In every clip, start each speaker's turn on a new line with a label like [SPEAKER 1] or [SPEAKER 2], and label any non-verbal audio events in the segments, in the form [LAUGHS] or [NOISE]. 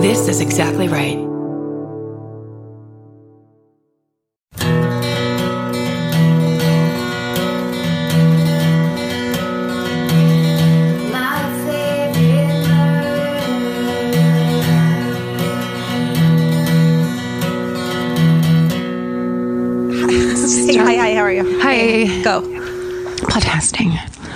[SPEAKER 1] This is exactly right.
[SPEAKER 2] My favorite
[SPEAKER 3] Hey, hi, hi, how are you?
[SPEAKER 4] Hi,
[SPEAKER 3] Go.
[SPEAKER 4] podcasting.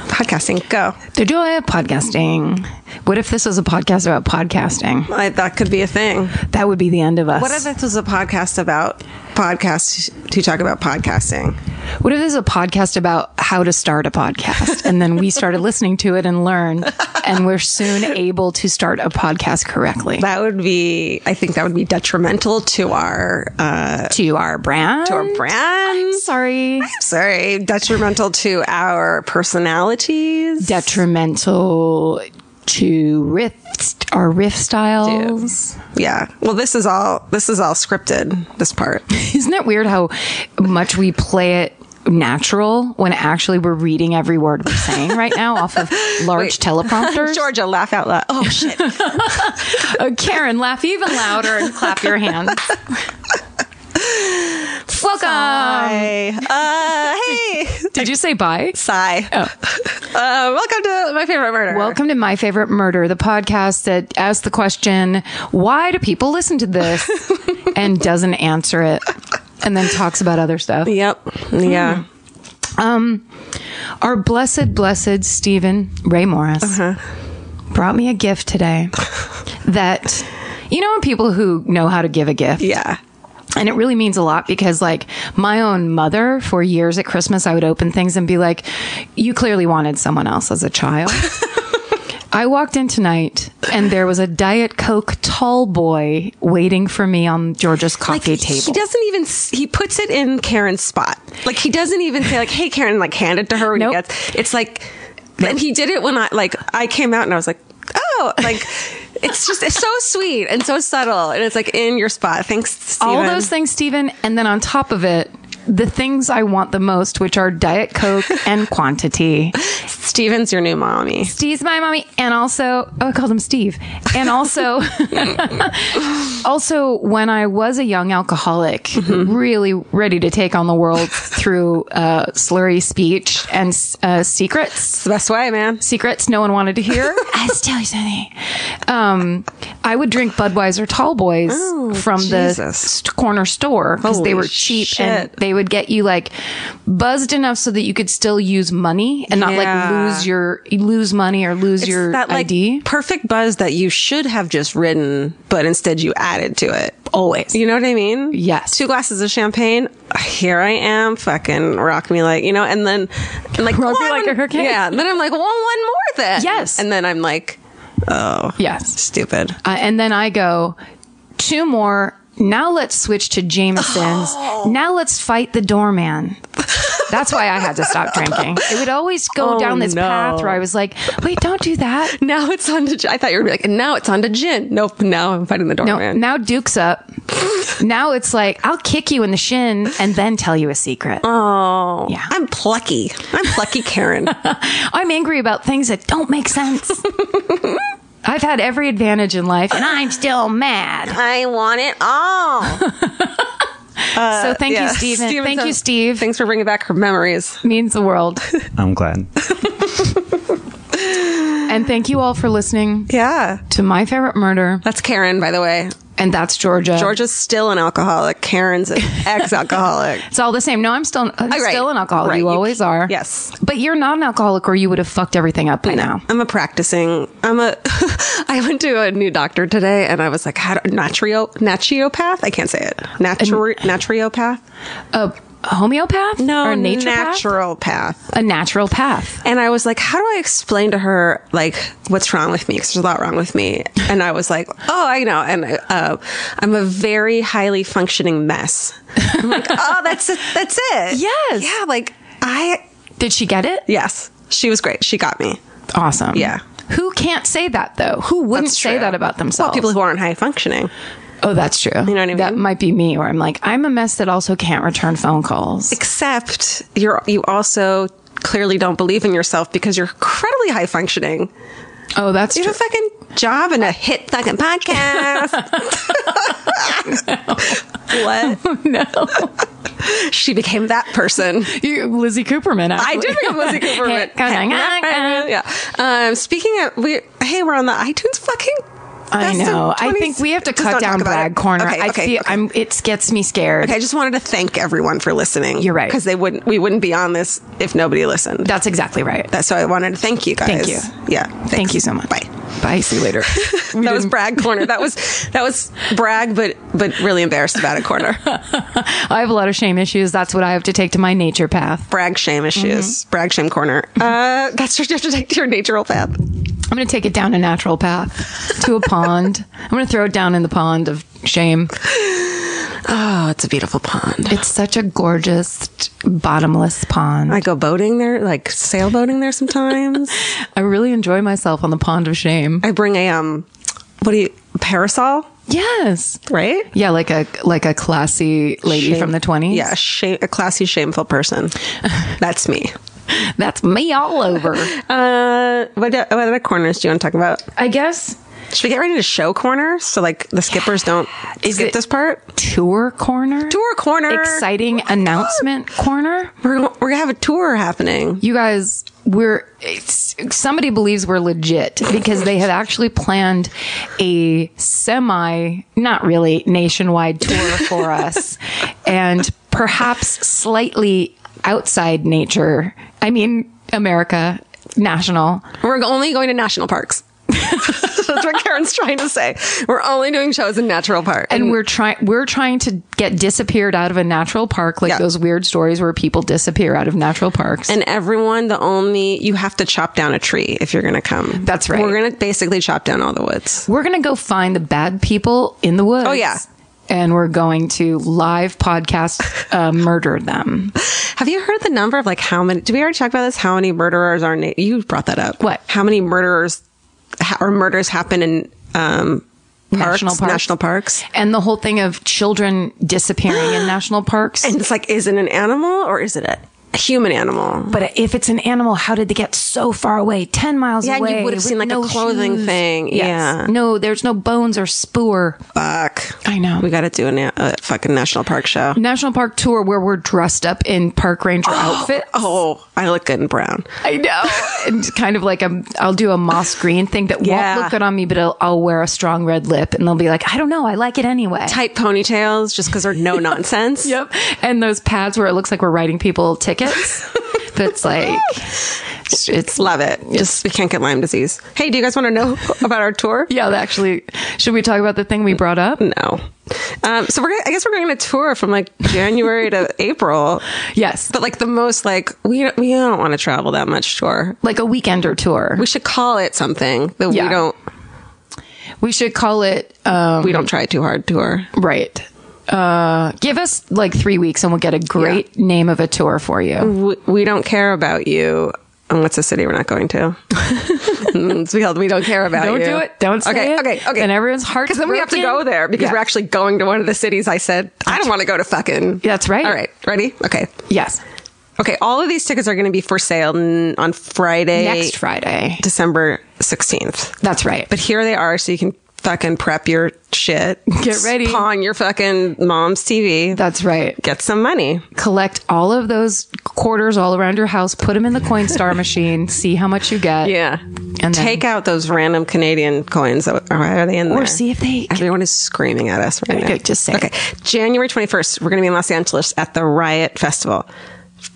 [SPEAKER 3] Podcasting, go.
[SPEAKER 4] The joy of podcasting. What if this was a podcast about podcasting?
[SPEAKER 3] I, that could be a thing.
[SPEAKER 4] That would be the end of us.
[SPEAKER 3] What if this was a podcast about podcasts to talk about podcasting?
[SPEAKER 4] What if this is a podcast about how to start a podcast? And then we started listening to it and learned, and we're soon able to start a podcast correctly
[SPEAKER 3] That would be, I think that would be detrimental to our, uh,
[SPEAKER 4] to our brand.
[SPEAKER 3] to our brand.
[SPEAKER 4] Sorry.
[SPEAKER 3] Sorry, detrimental to our personalities.
[SPEAKER 4] Detrimental to rift, our riff styles.
[SPEAKER 3] yeah. Well, this is all, this is all scripted, this part.
[SPEAKER 4] Isn't that weird how much we play it natural when actually we're reading every word we're saying right now off of large
[SPEAKER 3] [LAUGHS]
[SPEAKER 4] teleprompters?
[SPEAKER 3] Georgia, laugh out loud. Oh, [LAUGHS] shit.
[SPEAKER 4] Uh, Karen, laugh even louder and clap your hands. Welcome.
[SPEAKER 3] Uh, hey.
[SPEAKER 4] Did you say bye?
[SPEAKER 3] Sigh.
[SPEAKER 4] Oh.
[SPEAKER 3] Uh, welcome to My Favorite Murder.
[SPEAKER 4] Welcome to My Favorite Murder, the podcast that asks the question, why do people listen to this? and doesn't answer it. And then talks about other stuff.
[SPEAKER 3] Yep. Yeah.
[SPEAKER 4] Um, Our blessed, blessed Stephen Ray Morris
[SPEAKER 3] Uh-huh.
[SPEAKER 4] brought me a gift today that, you know, people who know how to give a gift.
[SPEAKER 3] Yeah.
[SPEAKER 4] And it really means a lot because, like, my own mother, for years at Christmas, I would open things and be like, You clearly wanted someone else as
[SPEAKER 3] [LAUGHS]
[SPEAKER 4] a child. I walked in tonight and there was a Diet Coke tall boy waiting for me on Georgia's coffee table.
[SPEAKER 3] He doesn't even s- he puts it in Karen's spot. Like he doesn't even say like, "Hey, Karen," like hand it to her when
[SPEAKER 4] Nope.
[SPEAKER 3] he gets. It's like, and he did it when I like I came out and I was like, "Oh,
[SPEAKER 4] [LAUGHS]
[SPEAKER 3] like." It's just it's so sweet and so subtle, and it's like in your spot. Thanks, Steven.
[SPEAKER 4] all those things, Steven. And then on top of it, the things I want the most, which are Diet Coke and quantity.
[SPEAKER 3] Steven's your new mommy.
[SPEAKER 4] Steve's my mommy. And also, oh, I called him Steve. And also, [LAUGHS] also, when I was a young alcoholic, really ready to take on the world through uh, slurry speech and uh, secrets
[SPEAKER 3] It's the best way, man.
[SPEAKER 4] secrets no one wanted
[SPEAKER 3] [LAUGHS]
[SPEAKER 4] to hear. I just tell you something. Um, I would drink Budweiser Tall Boys from the
[SPEAKER 3] Oh, Jesus.
[SPEAKER 4] st- corner store because
[SPEAKER 3] Holy
[SPEAKER 4] they were cheap and
[SPEAKER 3] shit.
[SPEAKER 4] they would get you like buzzed enough so that you could still use money and not like
[SPEAKER 3] Yeah.
[SPEAKER 4] lose your lose money or lose your
[SPEAKER 3] that like
[SPEAKER 4] ID.
[SPEAKER 3] perfect buzz that you should have just ridden, but instead you added to it.
[SPEAKER 4] Always.
[SPEAKER 3] You know what I mean?
[SPEAKER 4] Yes.
[SPEAKER 3] Two glasses of champagne. Here I am, fucking rock me like you know, and then and like
[SPEAKER 4] Rock me
[SPEAKER 3] well,
[SPEAKER 4] like
[SPEAKER 3] I'm-
[SPEAKER 4] a hurricane.
[SPEAKER 3] Yeah. And then I'm like, well, one more then.
[SPEAKER 4] Yes.
[SPEAKER 3] And then I'm like, oh,
[SPEAKER 4] Yes.
[SPEAKER 3] stupid.
[SPEAKER 4] Uh, and then I go two more. Now let's switch to Jameson's.
[SPEAKER 3] Oh.
[SPEAKER 4] Now let's fight the doorman. That's why I had
[SPEAKER 3] [LAUGHS]
[SPEAKER 4] to stop drinking. It would always go
[SPEAKER 3] Oh,
[SPEAKER 4] down this
[SPEAKER 3] no.
[SPEAKER 4] path where I was like, wait, don't do that.
[SPEAKER 3] Now it's on to. I thought you were gonna be like, and now it's on to gin. Nope. Now I'm fighting the
[SPEAKER 4] No,
[SPEAKER 3] doorman.
[SPEAKER 4] now Duke's up. now it's like, I'll kick you in the shin and then tell you a secret.
[SPEAKER 3] Oh,
[SPEAKER 4] Yeah.
[SPEAKER 3] I'm plucky. I'm plucky,
[SPEAKER 4] [LAUGHS]
[SPEAKER 3] Karen.
[SPEAKER 4] I'm angry about things that don't
[SPEAKER 3] [LAUGHS]
[SPEAKER 4] make sense. I've had every advantage in life and I'm still mad.
[SPEAKER 3] I want it all.
[SPEAKER 4] so thank
[SPEAKER 3] Uh, Yeah.
[SPEAKER 4] you, Steven.
[SPEAKER 3] Steven,
[SPEAKER 4] Thank
[SPEAKER 3] so-
[SPEAKER 4] you, Steve.
[SPEAKER 3] Thanks for bringing back her memories.
[SPEAKER 4] means the world.
[SPEAKER 5] I'm glad.
[SPEAKER 4] and thank you all for listening
[SPEAKER 3] Yeah.
[SPEAKER 4] to My Favorite Murder.
[SPEAKER 3] That's Karen, by the way.
[SPEAKER 4] And that's Georgia.
[SPEAKER 3] Georgia's still an alcoholic. Karen's an ex-alcoholic.
[SPEAKER 4] It's all the same. No, I'm still I'm
[SPEAKER 3] Oh, right.
[SPEAKER 4] still an alcoholic.
[SPEAKER 3] Right.
[SPEAKER 4] You always are.
[SPEAKER 3] Yes.
[SPEAKER 4] But you're not an alcoholic or you would have fucked everything up by now.
[SPEAKER 3] I'm a practicing. I'm a. [LAUGHS] I went to a new doctor today, and I was like, how do, natrio naturopath. I can't say it. Natri, naturopath.
[SPEAKER 4] A homeopath? Or a nature
[SPEAKER 3] natural path.
[SPEAKER 4] A natural path.
[SPEAKER 3] And I was like, how do I explain to her like what's wrong with me? Because there's a lot wrong with me. And I was like, oh, I know. And uh, I'm a very highly functioning mess. I'm like, oh, that's it. That's it.
[SPEAKER 4] Yes.
[SPEAKER 3] Yeah. Like I.
[SPEAKER 4] Did she get it?
[SPEAKER 3] Yes. She was great. She got me.
[SPEAKER 4] Awesome.
[SPEAKER 3] Yeah.
[SPEAKER 4] Who can't say that though? Who wouldn't
[SPEAKER 3] That's
[SPEAKER 4] say
[SPEAKER 3] true.
[SPEAKER 4] that about
[SPEAKER 3] Well,
[SPEAKER 4] themselves?
[SPEAKER 3] people who aren't high functioning.
[SPEAKER 4] oh, that's true. You
[SPEAKER 3] know what I mean?
[SPEAKER 4] That might be me, where I'm like, I'm a mess that also can't return phone calls.
[SPEAKER 3] except you're you also clearly don't believe in yourself because you're incredibly high functioning
[SPEAKER 4] Oh, that's
[SPEAKER 3] You
[SPEAKER 4] true.
[SPEAKER 3] have a fucking job and a hit fucking
[SPEAKER 4] [LAUGHS]
[SPEAKER 3] podcast.
[SPEAKER 4] [LAUGHS]
[SPEAKER 3] what?
[SPEAKER 4] no.
[SPEAKER 3] She became that person.
[SPEAKER 4] You, Lizzie Cooperman.
[SPEAKER 3] I
[SPEAKER 4] Actually.
[SPEAKER 3] do become Lizzie
[SPEAKER 4] [LAUGHS]
[SPEAKER 3] Cooperman.
[SPEAKER 4] I
[SPEAKER 3] yeah. Um, speaking of, we hey, we're on the iTunes fucking. best of
[SPEAKER 4] know. I
[SPEAKER 3] 20s.
[SPEAKER 4] think we have to
[SPEAKER 3] Just
[SPEAKER 4] cut
[SPEAKER 3] don't talk
[SPEAKER 4] down
[SPEAKER 3] about
[SPEAKER 4] Brad
[SPEAKER 3] it.
[SPEAKER 4] Corner.
[SPEAKER 3] Okay,
[SPEAKER 4] I
[SPEAKER 3] okay,
[SPEAKER 4] feel
[SPEAKER 3] okay.
[SPEAKER 4] I'm. It gets me scared.
[SPEAKER 3] I just wanted to thank everyone for listening.
[SPEAKER 4] You're right.
[SPEAKER 3] Because they wouldn't, we wouldn't be on this if nobody listened.
[SPEAKER 4] That's exactly right.
[SPEAKER 3] That- so I wanted to thank you guys.
[SPEAKER 4] Thank you.
[SPEAKER 3] Yeah.
[SPEAKER 4] Thank you so much.
[SPEAKER 3] Bye.
[SPEAKER 4] Bye. See you later.
[SPEAKER 3] [LAUGHS]
[SPEAKER 4] We
[SPEAKER 3] that was
[SPEAKER 4] didn't-
[SPEAKER 3] brag corner. That was that was brag, but but really embarrassed about it
[SPEAKER 4] [LAUGHS]
[SPEAKER 3] corner.
[SPEAKER 4] I have a lot of shame issues. That's what I have to take to my nature path.
[SPEAKER 3] brag shame issues.
[SPEAKER 4] Mm-hmm.
[SPEAKER 3] Brag shame corner. Uh, that's what you have to take to your natural path.
[SPEAKER 4] I'm going to take it down a natural path to a [LAUGHS] pond. I'm going to throw it down in the pond of shame.
[SPEAKER 3] Oh, it's a beautiful pond.
[SPEAKER 4] It's such a gorgeous, bottomless pond.
[SPEAKER 3] I go boating there, like sailboating there sometimes.
[SPEAKER 4] [LAUGHS] I really enjoy myself on the pond of shame.
[SPEAKER 3] I bring a um, what do you parasol?
[SPEAKER 4] Yes.
[SPEAKER 3] Right?
[SPEAKER 4] Yeah, like a like a classy lady
[SPEAKER 3] Shame-
[SPEAKER 4] from the 20s.
[SPEAKER 3] Yeah, shame, a classy, shameful
[SPEAKER 4] [LAUGHS]
[SPEAKER 3] person. That's me.
[SPEAKER 4] That's me all over.
[SPEAKER 3] Uh, what, do- what other corners do you want to talk about?
[SPEAKER 4] [LAUGHS] I guess
[SPEAKER 3] Should we get ready to show corner so like the skippers don't
[SPEAKER 4] Is
[SPEAKER 3] skip
[SPEAKER 4] it-
[SPEAKER 3] this part?
[SPEAKER 4] tour corner.
[SPEAKER 3] Tour corner.
[SPEAKER 4] Exciting announcement corner.
[SPEAKER 3] We're, we're gonna have a tour happening.
[SPEAKER 4] You guys, we're it's, somebody believes we're legit because they have actually planned a semi, not really nationwide tour
[SPEAKER 3] [LAUGHS]
[SPEAKER 4] for us, and perhaps slightly outside nature. I mean, America national.
[SPEAKER 3] We're only going to national parks. [LAUGHS] That's what Karen's trying to say. We're only doing shows in natural parks.
[SPEAKER 4] and we're trying we're trying to get disappeared out of a natural park like
[SPEAKER 3] Yeah.
[SPEAKER 4] those weird stories where people disappear out of natural parks
[SPEAKER 3] and everyone, the only you have to chop down a tree if you're gonna come.
[SPEAKER 4] That's right.
[SPEAKER 3] We're gonna basically chop down all the woods.
[SPEAKER 4] we're gonna go find the bad people in the woods
[SPEAKER 3] Oh, yeah.
[SPEAKER 4] and we're going to live podcast uh, [LAUGHS] murder them
[SPEAKER 3] Have you heard the number of like how many? Did we already talk about this? How many murderers are? Na- you brought that up.
[SPEAKER 4] What?
[SPEAKER 3] How many murderers ha- or murders happen in um, parks,
[SPEAKER 4] National parks.
[SPEAKER 3] National parks.
[SPEAKER 4] and the whole thing of children disappearing [GASPS] in national parks
[SPEAKER 3] And it's like, is it an animal or is it a human animal?
[SPEAKER 4] but if it's an animal, how did they get so far away? Ten miles
[SPEAKER 3] Yeah, and you
[SPEAKER 4] away.
[SPEAKER 3] would've
[SPEAKER 4] with
[SPEAKER 3] seen, like, a clothing thing. Yeah.
[SPEAKER 4] No, there's no bones or spoor.
[SPEAKER 3] Fuck.
[SPEAKER 4] I know.
[SPEAKER 3] We got to do a, na- a fucking national park show.
[SPEAKER 4] National park tour where we're dressed up in park [GASPS] ranger outfits.
[SPEAKER 3] Oh, I look good in brown.
[SPEAKER 4] [LAUGHS] I know. and kind of like a, I'll do a moss green thing that
[SPEAKER 3] Yeah.
[SPEAKER 4] won't look good on me, but I'll, I'll wear a strong red lip, and they'll be like, I don't know, I like it anyway.
[SPEAKER 3] Tight ponytails, just because they're
[SPEAKER 4] [LAUGHS]
[SPEAKER 3] no nonsense.
[SPEAKER 4] Yep. And those pads where it looks like we're writing people
[SPEAKER 3] [LAUGHS]
[SPEAKER 4] tickets. That's like, it's, it's
[SPEAKER 3] Love it. Just we can't get Lyme disease. Hey, do you guys want to know about our tour?
[SPEAKER 4] yeah. that Actually, should we talk about the thing we brought up?
[SPEAKER 3] No. Um, so we're gonna, I guess we're going to tour from like January to
[SPEAKER 4] [LAUGHS]
[SPEAKER 3] April,
[SPEAKER 4] Yes,
[SPEAKER 3] but like the most like we we don't want to travel that much tour.
[SPEAKER 4] like a weekender tour.
[SPEAKER 3] We should call it something that we
[SPEAKER 4] Yeah.
[SPEAKER 3] don't
[SPEAKER 4] We should call it um,
[SPEAKER 3] we don't try too hard tour.
[SPEAKER 4] right. Uh, give us like three weeks, and we'll get a great name of a tour for you.
[SPEAKER 3] we, we don't care about you. And what's a city we're not going to? Mm, [LAUGHS] it's called We Don't Care About
[SPEAKER 4] Don't
[SPEAKER 3] You.
[SPEAKER 4] do it. Don't say
[SPEAKER 3] okay,
[SPEAKER 4] it.
[SPEAKER 3] Okay, okay,
[SPEAKER 4] Then everyone's heart's
[SPEAKER 3] Because then we have to go
[SPEAKER 4] broken.
[SPEAKER 3] there because
[SPEAKER 4] Yeah.
[SPEAKER 3] we're actually going to one of the cities I said, I don't want to go to fucking.
[SPEAKER 4] That's right.
[SPEAKER 3] All right, ready? Okay.
[SPEAKER 4] Yes,
[SPEAKER 3] Okay, all of these tickets are going to be for sale n- on Friday,
[SPEAKER 4] next Friday.
[SPEAKER 3] December 16th.
[SPEAKER 4] That's right.
[SPEAKER 3] But here they are so you can fucking prep your shit.
[SPEAKER 4] Get ready.
[SPEAKER 3] Pawn your fucking mom's TV.
[SPEAKER 4] That's right.
[SPEAKER 3] Get some money.
[SPEAKER 4] Collect all of those quarters all around your house, put them in the Coinstar machine, see how much you get.
[SPEAKER 3] Yeah.
[SPEAKER 4] then-
[SPEAKER 3] take out those random Canadian coins. that- Why are they in there?
[SPEAKER 4] Or see if they can-
[SPEAKER 3] Everyone is screaming at us right
[SPEAKER 4] Okay,
[SPEAKER 3] now.
[SPEAKER 4] just say it.
[SPEAKER 3] Okay. January 21st, we're going to be in Los Angeles at the Riot Festival.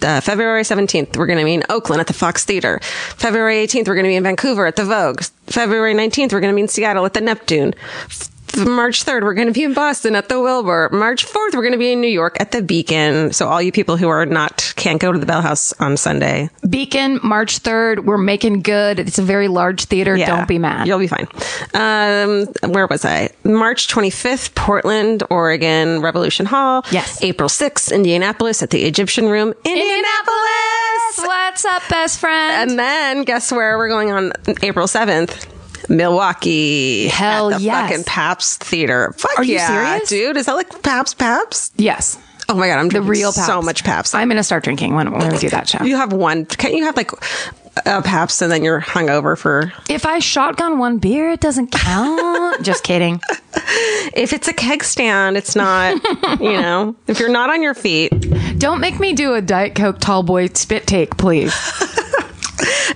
[SPEAKER 3] Uh, February 17th, we're going to be in Oakland at the Fox Theater. February 18th, we're going to be in Vancouver at the Vogue. February 19th, we're going to be in Seattle at the Neptune. F- March 3rd, we're going to be in Boston at the Wilbur. March 4th, we're going to be in New York at the Beacon. So all you people who are not, can't go to the Bell House on Sunday,
[SPEAKER 4] Beacon, March 3rd. We're making good. It's a very large theater. Don't be mad.
[SPEAKER 3] You'll be fine. Um, where was I? March 25th, Portland, Oregon, Revolution Hall.
[SPEAKER 4] Yes.
[SPEAKER 3] April 6th, Indianapolis at the Egyptian Room. Indianapolis!
[SPEAKER 4] What's up, best friend?
[SPEAKER 3] And then guess where we're going on April 7th? Milwaukee.
[SPEAKER 4] Hell
[SPEAKER 3] at the
[SPEAKER 4] yes.
[SPEAKER 3] fucking Paps Theater. Fuck
[SPEAKER 4] Are you
[SPEAKER 3] yeah,
[SPEAKER 4] serious?
[SPEAKER 3] dude. Is that like Paps Paps?
[SPEAKER 4] yes.
[SPEAKER 3] Oh my God, I'm
[SPEAKER 4] The real Paps.
[SPEAKER 3] so much Paps.
[SPEAKER 4] I'm going to start drinking when, when we do that show.
[SPEAKER 3] you have one. Can't you have like a Paps and then you're hungover for.
[SPEAKER 4] If I shotgun one beer, it
[SPEAKER 3] [LAUGHS]
[SPEAKER 4] doesn't count. Just kidding.
[SPEAKER 3] If it's a keg stand, it's
[SPEAKER 4] [LAUGHS]
[SPEAKER 3] not, you know, if you're not on your feet.
[SPEAKER 4] Don't make me do a Diet Coke tall boy spit take, please.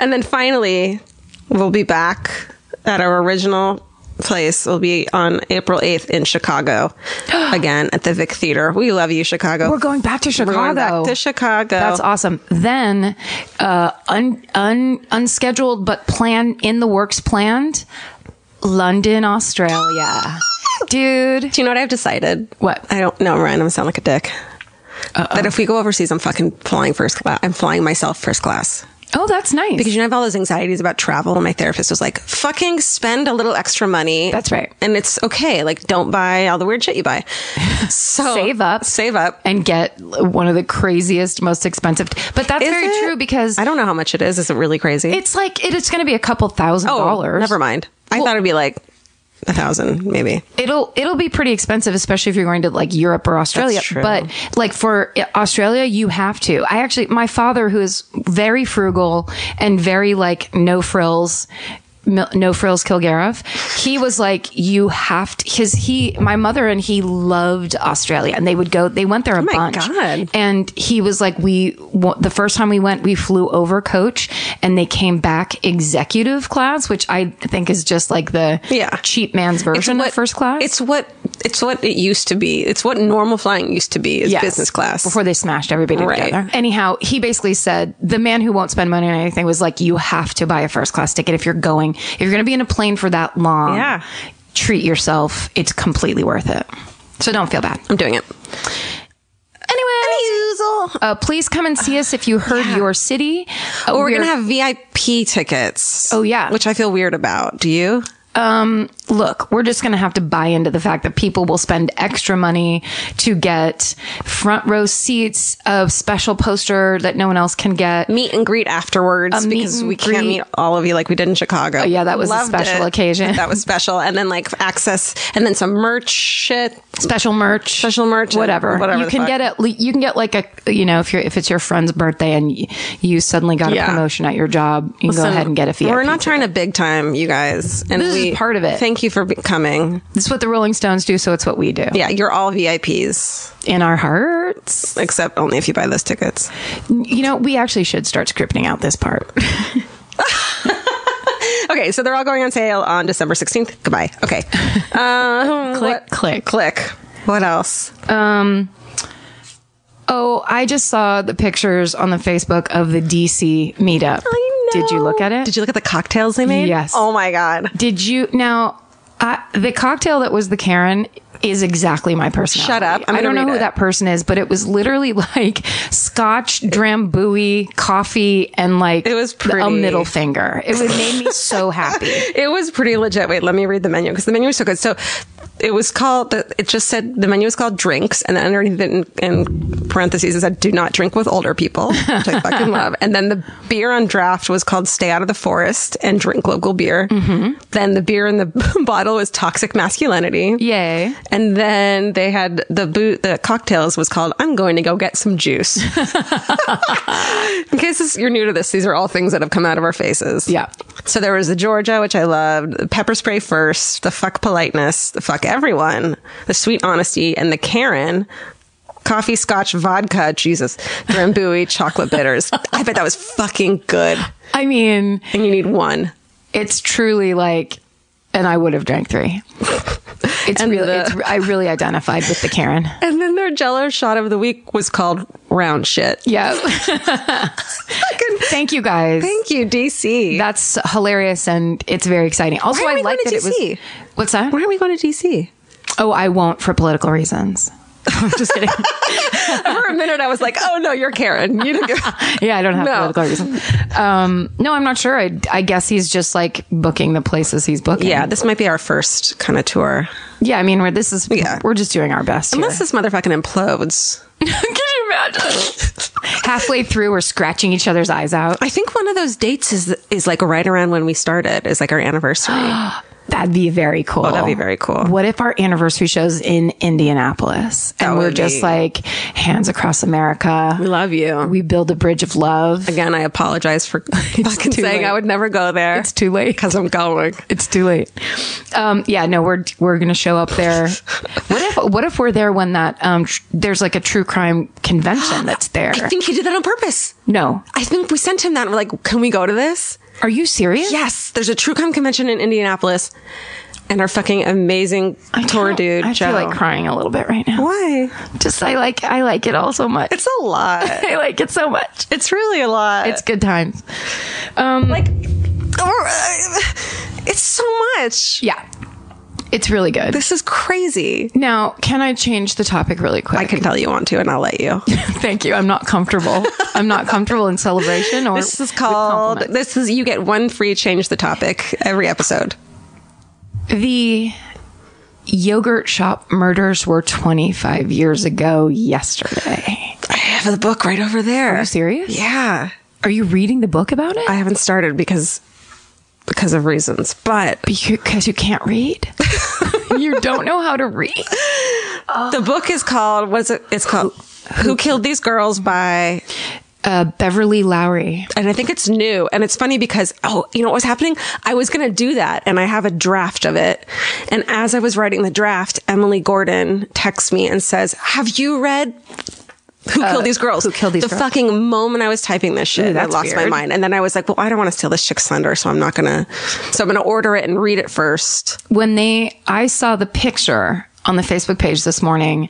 [SPEAKER 3] And then finally, we'll be back at our original place. We'll be on April 8th in
[SPEAKER 4] [GASPS]
[SPEAKER 3] Chicago again at the Vic Theater. We love you, Chicago.
[SPEAKER 4] We're going back to Chicago.
[SPEAKER 3] We're going back to Chicago.
[SPEAKER 4] That's awesome. Then, uh, un, un, unscheduled but planned in the works planned, London, Australia. Dude,
[SPEAKER 3] Do you know what I've decided?
[SPEAKER 4] What?
[SPEAKER 3] I don't know, Ryan. I'm gonna sound like a dick. That if we go overseas, I'm fucking flying first class. I'm flying myself first class.
[SPEAKER 4] oh, that's nice.
[SPEAKER 3] Because you know, I have all those anxieties about travel, and my therapist was like, fucking spend a little extra money.
[SPEAKER 4] That's right.
[SPEAKER 3] And it's okay. Like, don't buy all the weird shit you
[SPEAKER 4] [LAUGHS]
[SPEAKER 3] buy. So
[SPEAKER 4] Save up.
[SPEAKER 3] Save up.
[SPEAKER 4] and get one of the craziest, most expensive. But that's
[SPEAKER 3] Is
[SPEAKER 4] very
[SPEAKER 3] it?
[SPEAKER 4] true because
[SPEAKER 3] I don't know how much it is. Is it really crazy?
[SPEAKER 4] it's like it, it's going to be a couple thousand
[SPEAKER 3] Oh,
[SPEAKER 4] dollars.
[SPEAKER 3] Never mind. I thought it'd be like a thousand, maybe.
[SPEAKER 4] It'll it'll be pretty expensive, especially if you're going to like Europe or Australia.
[SPEAKER 3] That's true.
[SPEAKER 4] But like for Australia, you have to. I actually, my father, who is very frugal and very like no frills. mil- No frills, Kilgariff. He was like, you have to, his, he, my mother and he loved Australia and they would go, they went there a
[SPEAKER 3] Oh my
[SPEAKER 4] bunch.
[SPEAKER 3] God.
[SPEAKER 4] And he was like, we, wa- the first time we went, we flew over coach and they came back executive class, which I think is just like the
[SPEAKER 3] Yeah.
[SPEAKER 4] cheap man's version version of first class.
[SPEAKER 3] It's what it's what it used to be. It's what normal flying used to be. Is
[SPEAKER 4] Yes.
[SPEAKER 3] business class.
[SPEAKER 4] Before they smashed everybody
[SPEAKER 3] Right.
[SPEAKER 4] together. Anyhow, he basically said the man who won't spend money on anything was like, you have to buy a first class ticket if you're going, if you're going to be in a plane for that long.
[SPEAKER 3] Yeah.
[SPEAKER 4] Treat yourself. It's completely worth it. So don't feel bad.
[SPEAKER 3] I'm doing it.
[SPEAKER 4] Anyway, uh, please come and see us if you heard your city. Uh,
[SPEAKER 3] Or we're,
[SPEAKER 4] we're-
[SPEAKER 3] gonna have VIP tickets.
[SPEAKER 4] Oh, yeah.
[SPEAKER 3] which I feel weird about. Do you?
[SPEAKER 4] um, look, we're just going to have to buy into the fact that people will spend extra money to get front row seats of special poster that no one else can get.
[SPEAKER 3] Meet and greet afterwards
[SPEAKER 4] A meet
[SPEAKER 3] because
[SPEAKER 4] and
[SPEAKER 3] we can't
[SPEAKER 4] greet.
[SPEAKER 3] meet all of you like we did in Chicago. Oh,
[SPEAKER 4] yeah, that was a special occasion.
[SPEAKER 3] That was
[SPEAKER 4] [LAUGHS]
[SPEAKER 3] special, and then like access, and then some merch shit.
[SPEAKER 4] special merch,
[SPEAKER 3] Special merch and
[SPEAKER 4] whatever.
[SPEAKER 3] whatever
[SPEAKER 4] you
[SPEAKER 3] the
[SPEAKER 4] can
[SPEAKER 3] fuck.
[SPEAKER 4] get at le- you can get like a you know if you're if it's your friend's birthday and y- you suddenly got
[SPEAKER 3] Yeah.
[SPEAKER 4] a promotion at your job, you can go ahead and get a VIP.
[SPEAKER 3] We're not trying to big time, you guys. And
[SPEAKER 4] This is
[SPEAKER 3] we,
[SPEAKER 4] part of it.
[SPEAKER 3] Thank you for be- coming.
[SPEAKER 4] This is what the Rolling Stones do, so it's what we do
[SPEAKER 3] Yeah, you're all VIPs
[SPEAKER 4] in our hearts.
[SPEAKER 3] except only if you buy those tickets.
[SPEAKER 4] You know, we actually should start scripting out this
[SPEAKER 3] [LAUGHS]
[SPEAKER 4] part.
[SPEAKER 3] Okay, so they're all going on sale on December 16th. Goodbye. Okay. Um,
[SPEAKER 4] click, click,
[SPEAKER 3] Click. What else?
[SPEAKER 4] Um. Oh, I just saw the pictures on the Facebook of the DC meetup. Did you look at it?
[SPEAKER 3] Did you look at the cocktails they made?
[SPEAKER 4] Yes.
[SPEAKER 3] Oh my God.
[SPEAKER 4] Did you now? I, the cocktail that was the Karen is exactly my personality.
[SPEAKER 3] Shut up. I'm
[SPEAKER 4] I don't
[SPEAKER 3] gonna
[SPEAKER 4] know
[SPEAKER 3] read
[SPEAKER 4] who
[SPEAKER 3] it.
[SPEAKER 4] that person is, but it was literally [LAUGHS] like Scotch, Drambuie, coffee, and like
[SPEAKER 3] It was
[SPEAKER 4] a
[SPEAKER 3] pretty.
[SPEAKER 4] middle finger. It was, made me so happy.
[SPEAKER 3] [LAUGHS] It was pretty legit. Wait, let me read the menu because the menu was so good. So it was called, the- it just said the menu was called drinks. And then underneath it in, in parentheses, it said do not drink with older people, which I
[SPEAKER 4] [LAUGHS]
[SPEAKER 3] fucking love. And then the beer on draft was called stay out of the forest and drink local beer.
[SPEAKER 4] Mm-hmm.
[SPEAKER 3] Then the beer in the [LAUGHS] bottle was toxic masculinity.
[SPEAKER 4] Yay!
[SPEAKER 3] And then they had the boot, the cocktails was called, I'm going to go get some
[SPEAKER 4] [LAUGHS]
[SPEAKER 3] juice. [LAUGHS] In case this, you're new to this, these are all things that have come out of our faces.
[SPEAKER 4] Yeah.
[SPEAKER 3] So there was the Georgia, which I loved, the pepper spray first, the fuck politeness, the fuck everyone, the sweet honesty, and the Karen. Coffee, scotch, vodka, Jesus, [LAUGHS] Drambuie, chocolate bitters. I bet that was fucking good.
[SPEAKER 4] I mean,
[SPEAKER 3] And you need one.
[SPEAKER 4] it's truly like, and I would have drank three.
[SPEAKER 3] [LAUGHS]
[SPEAKER 4] It's really,
[SPEAKER 3] the-
[SPEAKER 4] it's, I really identified with
[SPEAKER 3] [LAUGHS]
[SPEAKER 4] the Karen.
[SPEAKER 3] And then their jello shot of the week was called round [LAUGHS] shit.
[SPEAKER 4] Yeah. Thank you guys.
[SPEAKER 3] Thank you, DC.
[SPEAKER 4] That's hilarious and it's very exciting. Also,
[SPEAKER 3] Why are
[SPEAKER 4] I
[SPEAKER 3] we
[SPEAKER 4] like that
[SPEAKER 3] going
[SPEAKER 4] it
[SPEAKER 3] to DC?
[SPEAKER 4] was. What's that?
[SPEAKER 3] Why are we going to DC?
[SPEAKER 4] Oh, I won't for political reasons. Just kidding.
[SPEAKER 3] For a minute, I was like, "Oh no, you're Karen." You don't [LAUGHS] get-
[SPEAKER 4] yeah, I don't have
[SPEAKER 3] No.
[SPEAKER 4] political
[SPEAKER 3] [LAUGHS]
[SPEAKER 4] reasons. Um, no, I'm not sure. I, I guess he's just like booking the places he's booking.
[SPEAKER 3] yeah, this might be our first kind of tour,
[SPEAKER 4] yeah. I mean, we're this is
[SPEAKER 3] Yeah.
[SPEAKER 4] we're just doing our best.
[SPEAKER 3] unless this motherfucking implodes.
[SPEAKER 4] here. can you imagine? Halfway through, we're scratching each other's eyes out.
[SPEAKER 3] I think one of those dates is is like right around when we started, is like our anniversary.
[SPEAKER 4] That'd be very cool.
[SPEAKER 3] Oh, that'd be very cool.
[SPEAKER 4] What if our anniversary shows in Indianapolis and we're
[SPEAKER 3] would
[SPEAKER 4] just
[SPEAKER 3] be-
[SPEAKER 4] like hands across America?
[SPEAKER 3] We love you.
[SPEAKER 4] [GASPS] We build a bridge of love.
[SPEAKER 3] Again, I apologize
[SPEAKER 4] [LAUGHS]
[SPEAKER 3] for fucking
[SPEAKER 4] too
[SPEAKER 3] saying
[SPEAKER 4] late.
[SPEAKER 3] I would never go there.
[SPEAKER 4] It's too late.
[SPEAKER 3] because I'm going.
[SPEAKER 4] It's too late. Um, yeah, no, we're we're gonna show up there. what if what if we're there when that um tr- there's like a true crime convention that's there?
[SPEAKER 3] [GASPS] I think he did that on purpose.
[SPEAKER 4] no,
[SPEAKER 3] I think we sent him that. And we're like, can we go to this?
[SPEAKER 4] are you serious?
[SPEAKER 3] Yes, there's a true crime convention in Indianapolis, and our fucking amazing
[SPEAKER 4] I
[SPEAKER 3] tour
[SPEAKER 4] can't-
[SPEAKER 3] dude
[SPEAKER 4] I
[SPEAKER 3] Joe.
[SPEAKER 4] feel like crying a little bit right now.
[SPEAKER 3] Why?
[SPEAKER 4] Just I like I like it all so much.
[SPEAKER 3] It's a lot.
[SPEAKER 4] [LAUGHS] I like it so much.
[SPEAKER 3] It's really a lot.
[SPEAKER 4] It's good times. Um,
[SPEAKER 3] like, uh, it's so much.
[SPEAKER 4] yeah, it's really good.
[SPEAKER 3] This is crazy.
[SPEAKER 4] Now, can I change the topic really quick?
[SPEAKER 3] I can tell you want to, and I'll let you.
[SPEAKER 4] [LAUGHS] Thank you. I'm not comfortable. I'm not comfortable in celebration or
[SPEAKER 3] This is
[SPEAKER 4] with
[SPEAKER 3] called.
[SPEAKER 4] compliments.
[SPEAKER 3] This is you get one free change the topic every episode.
[SPEAKER 4] the yogurt shop murders were 25 years ago yesterday.
[SPEAKER 3] I have the book right over there. Are
[SPEAKER 4] you serious?
[SPEAKER 3] Yeah.
[SPEAKER 4] Are you reading the book about it?
[SPEAKER 3] I haven't started because because of reasons, but
[SPEAKER 4] because you can't
[SPEAKER 3] [LAUGHS]
[SPEAKER 4] read. you don't know how to read.
[SPEAKER 3] the book is called what's it? It's called Who, Killed These Girls by,
[SPEAKER 4] Uh, Beverly Lowry.
[SPEAKER 3] and I think it's new. And it's funny because oh, you know what was happening? I was going to do that, and I have a draft of it. And as I was writing the draft, Emily Gordon texts me and says, "Have you read?" Who killed these girls?
[SPEAKER 4] Uh, Who Killed These
[SPEAKER 3] the
[SPEAKER 4] Girls.
[SPEAKER 3] fucking moment I was typing this shit, I
[SPEAKER 4] that's
[SPEAKER 3] lost my
[SPEAKER 4] weird.
[SPEAKER 3] mind. And then I was like, well, I don't want to steal this chick's thunder, so I'm not gonna. So I'm gonna order it and read it first.
[SPEAKER 4] when they I saw the picture on the Facebook page this morning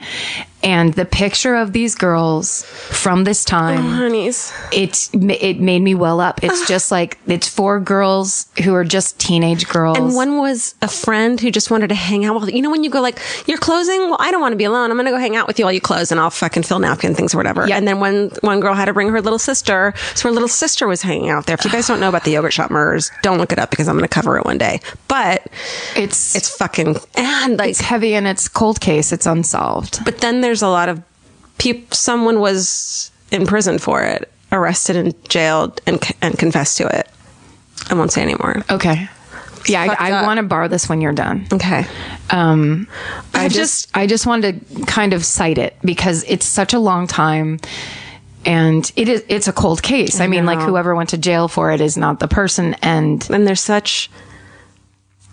[SPEAKER 4] and the picture of these girls from this
[SPEAKER 3] Uh-huh.
[SPEAKER 4] time
[SPEAKER 3] Honeys,
[SPEAKER 4] it's it made me well up
[SPEAKER 3] Uh-huh.
[SPEAKER 4] it's just like it's four girls who are just teenage girls
[SPEAKER 3] And one was a friend who just wanted to hang out with you know when you go like you're closing. Well, I don't want to be alone. I'm gonna go hang out with you while you close, and I'll fucking fill napkin things or whatever. And then one one girl had to bring her little sister, so her little sister was hanging out there. If you guys don't know about the yogurt shop murders, don't look it up because I'm gonna cover it one day. But
[SPEAKER 4] it's it's
[SPEAKER 3] it's fucking and like,
[SPEAKER 4] heavy and it's cold case it's unsolved
[SPEAKER 3] but then there's a lot of people. Someone was in prison for it, arrested and jailed, and c- and confessed to it. I won't say anymore.
[SPEAKER 4] okay yeah
[SPEAKER 3] Fucked
[SPEAKER 4] I, I
[SPEAKER 3] up.
[SPEAKER 4] want to bar this when you're done
[SPEAKER 3] Okay.
[SPEAKER 4] um i
[SPEAKER 3] I've
[SPEAKER 4] just i just wanted to kind of cite it because it's such a long time and it is it's a cold case i, mean like whoever went to jail for it is not the person and
[SPEAKER 3] And there's such.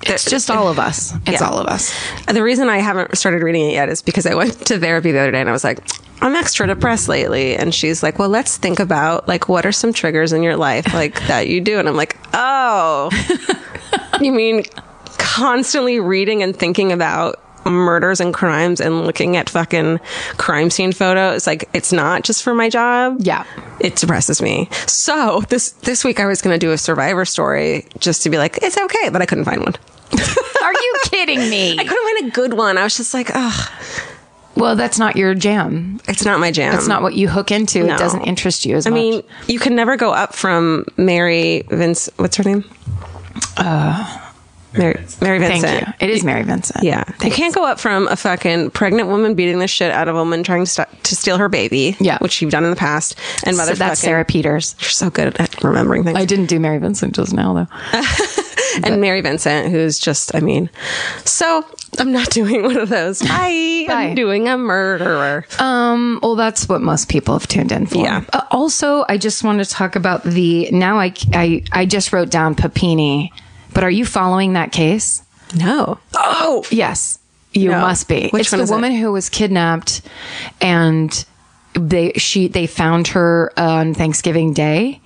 [SPEAKER 4] it's just all of us it's
[SPEAKER 3] Yeah.
[SPEAKER 4] all
[SPEAKER 3] [LAUGHS]
[SPEAKER 4] of us
[SPEAKER 3] The reason I haven't started reading it yet is because I went to therapy the other day and I was like, I'm extra depressed lately. And she's like, Well, let's think about like what are some triggers in your life
[SPEAKER 4] [LAUGHS]
[SPEAKER 3] like that you do? And I'm like, Oh, you mean constantly reading and thinking about murders and crimes and looking at fucking crime scene photos like it's not just for my job
[SPEAKER 4] Yeah.
[SPEAKER 3] it depresses me so this this week i was going to do a survivor story just to be like it's okay but i couldn't find one
[SPEAKER 4] are you kidding me
[SPEAKER 3] i couldn't find a good one i was just like ugh
[SPEAKER 4] well that's not your jam
[SPEAKER 3] It's not my jam.
[SPEAKER 4] it's not what you hook into
[SPEAKER 3] No.
[SPEAKER 4] it doesn't interest you as
[SPEAKER 3] I
[SPEAKER 4] much
[SPEAKER 3] mean, you can never go up from Mary Vince. What's her name? Uh, Mary, Mary
[SPEAKER 4] thank
[SPEAKER 3] Vincent.
[SPEAKER 4] you it is mary vincent
[SPEAKER 3] Yeah, you can't go up from a fucking pregnant woman beating the shit out of a woman trying to, st- to steal her baby.
[SPEAKER 4] Yeah.
[SPEAKER 3] which you've done in the past. And
[SPEAKER 4] so
[SPEAKER 3] motherfucking,
[SPEAKER 4] that's sarah peters
[SPEAKER 3] You're so good at remembering things.
[SPEAKER 4] i didn't do mary vincent just now though
[SPEAKER 3] and Mary Vincent, who's just, I mean, so I'm not [LAUGHS] doing one of those. I
[SPEAKER 4] Bye.
[SPEAKER 3] am doing a murderer.
[SPEAKER 4] Um, well, that's what most people have tuned in for.
[SPEAKER 3] Yeah.
[SPEAKER 4] Uh, also, I just want to talk about the now. I, I I just wrote down Papini, but are you following that case?
[SPEAKER 3] no. Oh,
[SPEAKER 4] Yes, you
[SPEAKER 3] No.
[SPEAKER 4] must be.
[SPEAKER 3] Which
[SPEAKER 4] it's
[SPEAKER 3] one
[SPEAKER 4] the
[SPEAKER 3] is it?
[SPEAKER 4] woman who was kidnapped, and they she they found her on Thanksgiving Day,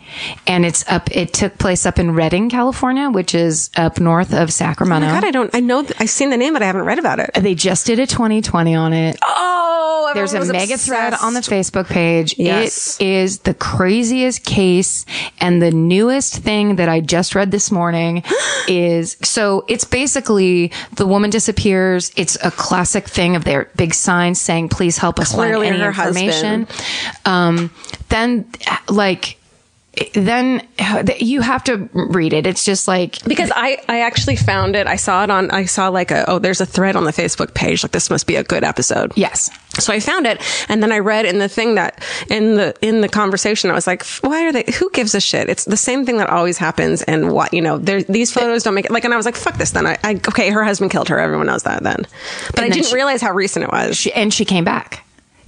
[SPEAKER 4] and it's up. It took place up in Redding, California, which is up north of Sacramento.
[SPEAKER 3] Oh God, I don't. I know. th- I've seen the name, but I haven't read about it.
[SPEAKER 4] they just did a 2020 on it.
[SPEAKER 3] Oh,
[SPEAKER 4] There's a mega thread on the Facebook page.
[SPEAKER 3] Yes.
[SPEAKER 4] It is the craziest case. And the newest thing that I just read
[SPEAKER 3] [GASPS]
[SPEAKER 4] this morning is so it's basically the woman disappears. It's a classic thing of their big signs saying, please help us
[SPEAKER 3] Clearly
[SPEAKER 4] find any
[SPEAKER 3] her
[SPEAKER 4] information. Um, then like, then you have to read it. It's just like
[SPEAKER 3] because I I actually found it. I saw it on I saw like a oh there's a thread on the Facebook page like this must be a good episode.
[SPEAKER 4] yes,
[SPEAKER 3] So I found it and then I read in the thing that in the in the conversation I was like why are they who gives a shit? It's the same thing that always happens and what you know there these photos don't make it like and I was like fuck this then I, I okay her husband killed her everyone knows that then but I
[SPEAKER 4] then
[SPEAKER 3] didn't
[SPEAKER 4] she-
[SPEAKER 3] realize how recent it was.
[SPEAKER 4] she, and she came back.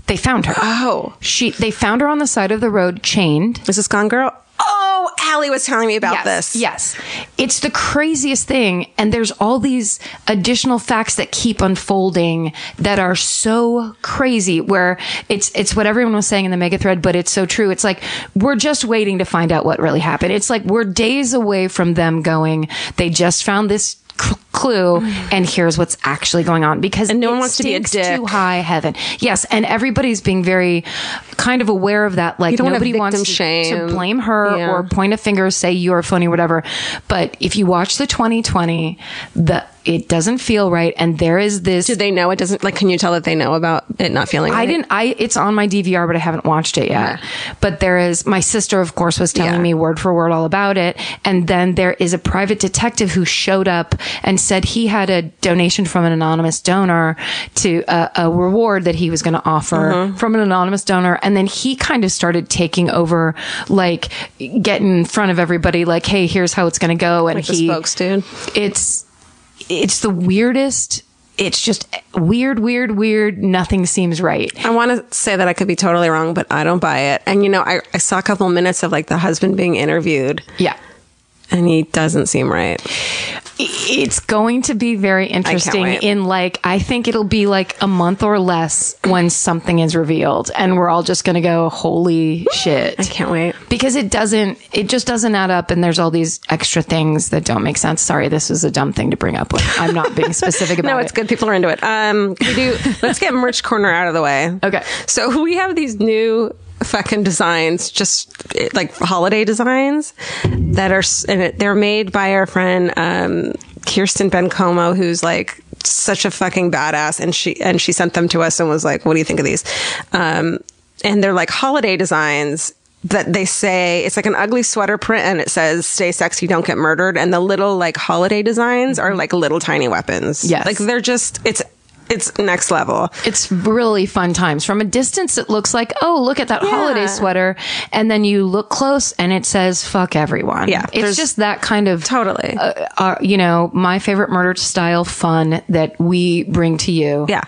[SPEAKER 4] They found her.
[SPEAKER 3] oh,
[SPEAKER 4] She they found her on the side of the road, chained.
[SPEAKER 3] is this Gone Girl? Oh, Allie was telling me about
[SPEAKER 4] yes,
[SPEAKER 3] this.
[SPEAKER 4] Yes. It's the craziest thing. And there's all these additional facts that keep unfolding that are so crazy where it's, it's what everyone was saying in the mega thread, but it's so true. It's like, we're just waiting to find out what really happened. It's like, we're days away from them going, they just found this cl-
[SPEAKER 3] [SIGHS]
[SPEAKER 4] clue and here's what's actually going on because
[SPEAKER 3] And no one
[SPEAKER 4] it
[SPEAKER 3] wants to be a
[SPEAKER 4] stinks
[SPEAKER 3] dick.
[SPEAKER 4] to high heaven yes and everybody's being very kind of aware of that like
[SPEAKER 3] don't wanna
[SPEAKER 4] nobody wants
[SPEAKER 3] victim
[SPEAKER 4] to,
[SPEAKER 3] shame.
[SPEAKER 4] to blame her
[SPEAKER 3] Yeah.
[SPEAKER 4] or point a finger, say you're funny, whatever. But if you watch the 2020, the it doesn't feel right, and there is this.
[SPEAKER 3] Did they know it doesn't like can you tell that they know about it not feeling right?
[SPEAKER 4] I didn't. I it's on my DVR, but I haven't watched it yet. But there is my sister, of course, was telling
[SPEAKER 3] Yeah.
[SPEAKER 4] me word for word all about it. And then there is a private detective who showed up and said he had a donation from an anonymous donor to a, a reward that he was going to offer
[SPEAKER 3] Mm-hmm.
[SPEAKER 4] from an anonymous donor. And then he kind of started taking over, like getting in front of everybody, like, "Hey, here's how it's going to go." And
[SPEAKER 3] like the
[SPEAKER 4] he
[SPEAKER 3] spokes dude.
[SPEAKER 4] it's it's the weirdest. It's just weird, weird, weird. Nothing seems right.
[SPEAKER 3] I want to say that I could be totally wrong, but I don't buy it. And you know, I, I saw a couple minutes of like the husband being interviewed,
[SPEAKER 4] Yeah.
[SPEAKER 3] and he doesn't seem right.
[SPEAKER 4] It's going to be very interesting
[SPEAKER 3] wait.
[SPEAKER 4] in like I think it'll be like a month or less when something is revealed and we're all just going to go holy shit.
[SPEAKER 3] I can't wait.
[SPEAKER 4] Because it doesn't it just doesn't add up and there's all these extra things that don't make sense. Sorry, this is a dumb thing to bring up. Like, I'm
[SPEAKER 3] [LAUGHS]
[SPEAKER 4] not being specific about
[SPEAKER 3] No, it's
[SPEAKER 4] it.
[SPEAKER 3] good. People are into it. Um, we do. let's get merch corner out of the [LAUGHS] way.
[SPEAKER 4] Okay.
[SPEAKER 3] So we have these new fucking designs, just eh, like holiday designs that are, s- and it- they're made by our friend um, Kirsten Bencomo, who's like such a fucking badass, and she and she sent them to us and was like, "What do you think of these?" Um, and they're like holiday designs. That they say it's like an ugly sweater print and it says stay sexy, don't get murdered. And the little like holiday designs are like little tiny weapons.
[SPEAKER 4] Yes.
[SPEAKER 3] Like they're just, it's, it's next level.
[SPEAKER 4] It's really fun times. From a distance, it looks like, oh, look at that holiday sweater. And then you look close and it says, fuck everyone.
[SPEAKER 3] Yeah,
[SPEAKER 4] It's
[SPEAKER 3] there's-
[SPEAKER 4] just that kind of,
[SPEAKER 3] Totally.
[SPEAKER 4] uh, uh, you know, my favorite murder style fun that we bring to you.
[SPEAKER 3] Yeah.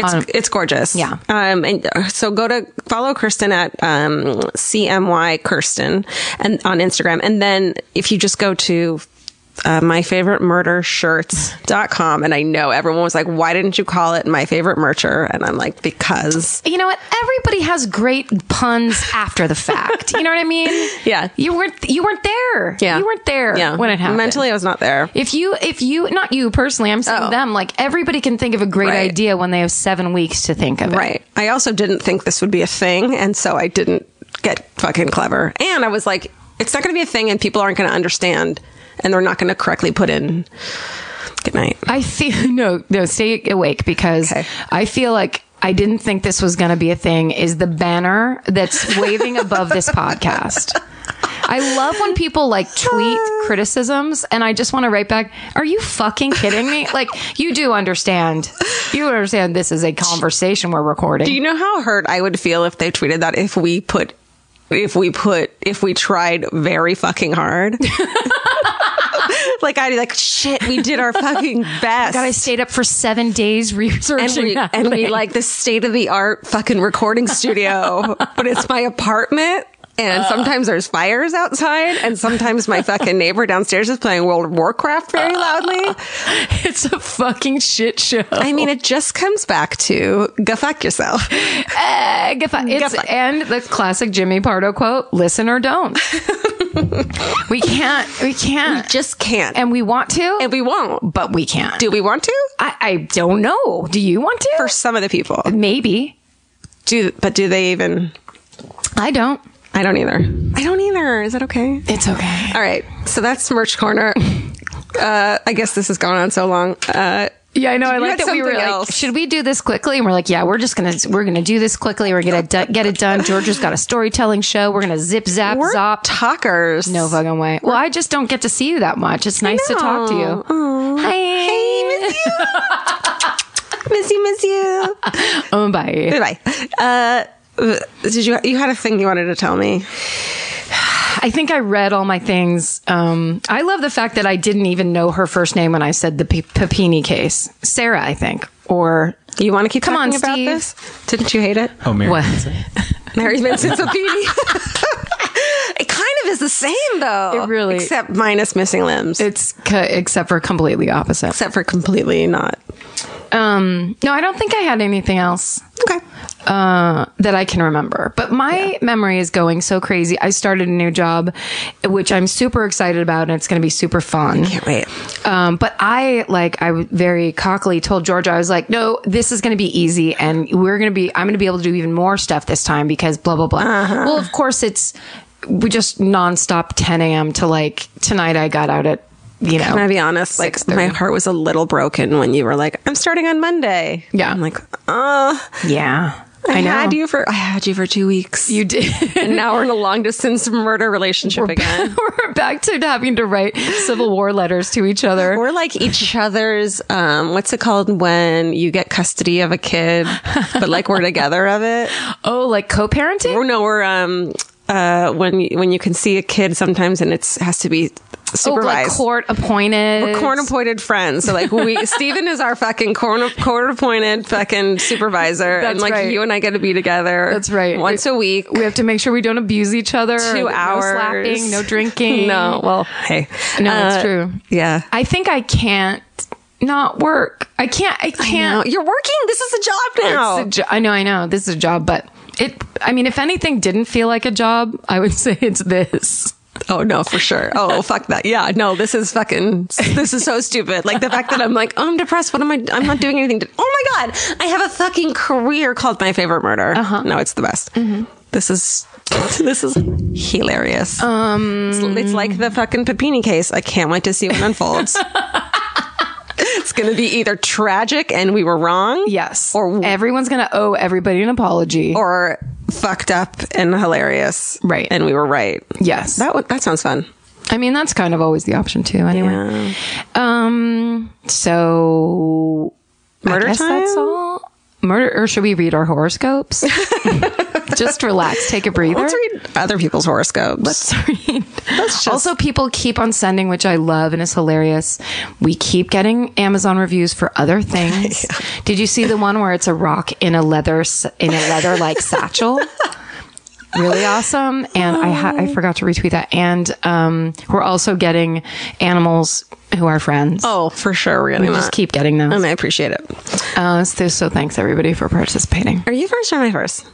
[SPEAKER 3] It's, it's gorgeous.
[SPEAKER 4] Yeah.
[SPEAKER 3] Um, and uh, so go to follow Kirsten at, um, CMY Kirsten and on Instagram. And then if you just go to, uh, my favorite murder shirts.com. And I know everyone was like, why didn't you call it my favorite mercher? And I'm like, because
[SPEAKER 4] You know what? Everybody has great puns after the fact. you know what I mean?
[SPEAKER 3] [LAUGHS] Yeah.
[SPEAKER 4] You weren't, you weren't there. You weren't there
[SPEAKER 3] yeah.
[SPEAKER 4] when it happened.
[SPEAKER 3] Mentally, I was not there.
[SPEAKER 4] If you, if you, not you personally, I'm saying
[SPEAKER 3] Oh.
[SPEAKER 4] them, like everybody can think of a great
[SPEAKER 3] Right.
[SPEAKER 4] idea when they have seven weeks to think of it.
[SPEAKER 3] Right. I also didn't think this would be a thing, and so I didn't get fucking clever. And I was like, it's not going to be a thing, and people aren't going to understand, and they're not going to correctly put in. Good night.
[SPEAKER 4] I feel [LAUGHS] no, no, stay awake because
[SPEAKER 3] Okay.
[SPEAKER 4] I feel like I didn't think this was going to be a thing. Is the banner that's
[SPEAKER 3] [LAUGHS]
[SPEAKER 4] waving above this podcast? I love when people like
[SPEAKER 3] [LAUGHS]
[SPEAKER 4] tweet criticisms, and I just want to write back. Are you fucking kidding me? Like you do understand? You understand this is a conversation we're recording.
[SPEAKER 3] Do you know how hurt I would feel if they tweeted that if we put if we put if we tried very fucking hard? [LAUGHS] like I'd be like, shit, we did our [LAUGHS] fucking best.
[SPEAKER 4] God, I stayed up for seven days [LAUGHS] researching
[SPEAKER 3] and we,
[SPEAKER 4] that
[SPEAKER 3] and we
[SPEAKER 4] thing.
[SPEAKER 3] like this state of the art fucking recording studio, but it's my apartment. And
[SPEAKER 4] Uh.
[SPEAKER 3] sometimes there's fires outside, and sometimes my fucking neighbor downstairs is playing World of Warcraft very
[SPEAKER 4] Uh.
[SPEAKER 3] loudly.
[SPEAKER 4] [LAUGHS] it's a fucking shit show.
[SPEAKER 3] I mean, it just comes back to go fuck yourself.
[SPEAKER 4] Uh, get fi- it's,
[SPEAKER 3] fi-
[SPEAKER 4] and the classic Jimmy Pardo quote: "Listen
[SPEAKER 3] [LAUGHS]
[SPEAKER 4] or don't." we can't. We can't.
[SPEAKER 3] Just can't. And,
[SPEAKER 4] and we want to,
[SPEAKER 3] we won't.
[SPEAKER 4] but we can't.
[SPEAKER 3] Do we want to?
[SPEAKER 4] I, I don't know. Do you want to?
[SPEAKER 3] For some of the people,
[SPEAKER 4] Maybe.
[SPEAKER 3] do but do they even?
[SPEAKER 4] I don't.
[SPEAKER 3] I don't either. I don't either. Is that okay?
[SPEAKER 4] It's okay.
[SPEAKER 3] All right. So that's merch corner. Uh, I guess this has gone on so long. Uh,
[SPEAKER 4] Yeah, I know. I
[SPEAKER 3] You
[SPEAKER 4] like
[SPEAKER 3] had
[SPEAKER 4] that we were
[SPEAKER 3] something
[SPEAKER 4] like,
[SPEAKER 3] else.
[SPEAKER 4] should we do this quickly? And we're like, yeah, we're just gonna we're gonna do this quickly. We're gonna do- get it done. Georgia's got a storytelling show. We're gonna zip zap
[SPEAKER 3] We're
[SPEAKER 4] zop.
[SPEAKER 3] talkers.
[SPEAKER 4] No fucking way. Well, I just don't get to see you that much. It's nice to talk to you. Hi.
[SPEAKER 3] miss you, miss you.
[SPEAKER 4] Oh, bye.
[SPEAKER 3] Goodbye. Uh, did you you had a thing you wanted to tell me?
[SPEAKER 4] I think I read all my things. Um, I love the fact that I didn't even know her first name when I said the P- Papini case. Sarah, I think, or
[SPEAKER 3] You want to keep
[SPEAKER 4] Come on,
[SPEAKER 3] talking about
[SPEAKER 4] Steve.
[SPEAKER 3] this? Didn't you hate it?
[SPEAKER 1] Oh, Mary.
[SPEAKER 4] what?
[SPEAKER 3] Mary's been since a PD. [LAUGHS] It kind of is the same though.
[SPEAKER 4] It really-
[SPEAKER 3] except minus missing limbs.
[SPEAKER 4] It's co- except for completely opposite.
[SPEAKER 3] except for completely not.
[SPEAKER 4] Um, no, I don't think I had anything else.
[SPEAKER 3] Okay.
[SPEAKER 4] uh, that I can remember. But my memory is going so crazy. I started a new job, which I'm super excited about, and it's going to be super fun.
[SPEAKER 3] Can't wait.
[SPEAKER 4] Um, but I like I w- very cockily told Georgia I was like, no, this is going to be easy, and we're going to be I'm going to be able to do even more stuff this time because blah blah blah.
[SPEAKER 3] Uh-huh.
[SPEAKER 4] Well, of course it's we just nonstop 10 a.m. to like tonight. I got out at you know
[SPEAKER 3] Can I be honest? Like my heart was a little broken when you were like, "I'm starting on Monday."
[SPEAKER 4] Yeah.
[SPEAKER 3] I'm like, "Uh,
[SPEAKER 4] yeah
[SPEAKER 3] I,
[SPEAKER 4] I know
[SPEAKER 3] had you for I had you for two weeks.
[SPEAKER 4] you did.
[SPEAKER 3] [LAUGHS] and now we're in a long distance murder relationship again.
[SPEAKER 4] [LAUGHS] We're back to having to write Civil War letters to each other.
[SPEAKER 3] We're like
[SPEAKER 4] [LAUGHS]
[SPEAKER 3] each other's. Um, what's it called when you get custody of a kid, but like we're together of
[SPEAKER 4] [LAUGHS]
[SPEAKER 3] it?
[SPEAKER 4] Oh, like co-parenting?
[SPEAKER 3] Or no, we're um, uh, when you, when you can see a kid sometimes and it's has to be
[SPEAKER 4] Oh, like
[SPEAKER 3] supervised.
[SPEAKER 4] court appointed.
[SPEAKER 3] We're corn appointed friends. So like
[SPEAKER 4] [LAUGHS]
[SPEAKER 3] we Steven is our fucking corn court appointed fucking supervisor. and
[SPEAKER 4] That's
[SPEAKER 3] like
[SPEAKER 4] right.
[SPEAKER 3] you and I get to be together.
[SPEAKER 4] That's right.
[SPEAKER 3] Once a week.
[SPEAKER 4] we have to make sure we don't abuse each other.
[SPEAKER 3] Two
[SPEAKER 4] no
[SPEAKER 3] hours. [LAUGHS]
[SPEAKER 4] slapping, [LAUGHS] no Uh, drinking.
[SPEAKER 3] No. Well, hey.
[SPEAKER 4] No, that's true.
[SPEAKER 3] Yeah.
[SPEAKER 4] I think I can't not work. I can't. I
[SPEAKER 3] No,
[SPEAKER 4] can't.
[SPEAKER 3] you're working. This is a job now.
[SPEAKER 4] It's a jo- I know. I know. This is a job, but it. I mean, if anything didn't feel like a job, I would [LAUGHS] say it's this.
[SPEAKER 3] Oh no, for sure. [LAUGHS] Oh fuck that. Yeah, no, this is fucking. This is so stupid. Like the fact that I'm like, oh, I'm depressed. What am I? I'm not doing anything. To, oh my god, I have a fucking career called My Favorite Murder. Uh-huh. No, it's the best. This is [LAUGHS] this is hilarious. Um, it's, it's like the fucking Papini case. I can't wait to see what unfolds. [LAUGHS] it's gonna be either tragic and we were wrong.
[SPEAKER 4] Yes.
[SPEAKER 3] Or
[SPEAKER 4] everyone's gonna owe everybody an apology.
[SPEAKER 3] or fucked up and hilarious.
[SPEAKER 4] Right.
[SPEAKER 3] And we were right.
[SPEAKER 4] yes.
[SPEAKER 3] That would- that sounds fun.
[SPEAKER 4] I mean, that's kind of always the option too. Anyway. Um. So
[SPEAKER 3] Murder
[SPEAKER 4] I guess
[SPEAKER 3] time?
[SPEAKER 4] That's all. Murder, or should we read our horoscopes? Just relax, take a breather.
[SPEAKER 3] Let's read other people's horoscopes.
[SPEAKER 4] Let's read.
[SPEAKER 3] Let's just-
[SPEAKER 4] also, people keep on sending, which I love and is hilarious. We keep getting Amazon reviews for other
[SPEAKER 3] [LAUGHS]
[SPEAKER 4] things. Did you see the one where it's a rock in a leather s- in a leather like satchel? Really awesome, and I ha- I forgot to retweet that. And um, we're also getting animals who are friends.
[SPEAKER 3] oh, for sure, we're gonna
[SPEAKER 4] we just keep getting them.
[SPEAKER 3] and I appreciate it.
[SPEAKER 4] Uh, so, so thanks everybody for participating.
[SPEAKER 3] Are you first or am I first?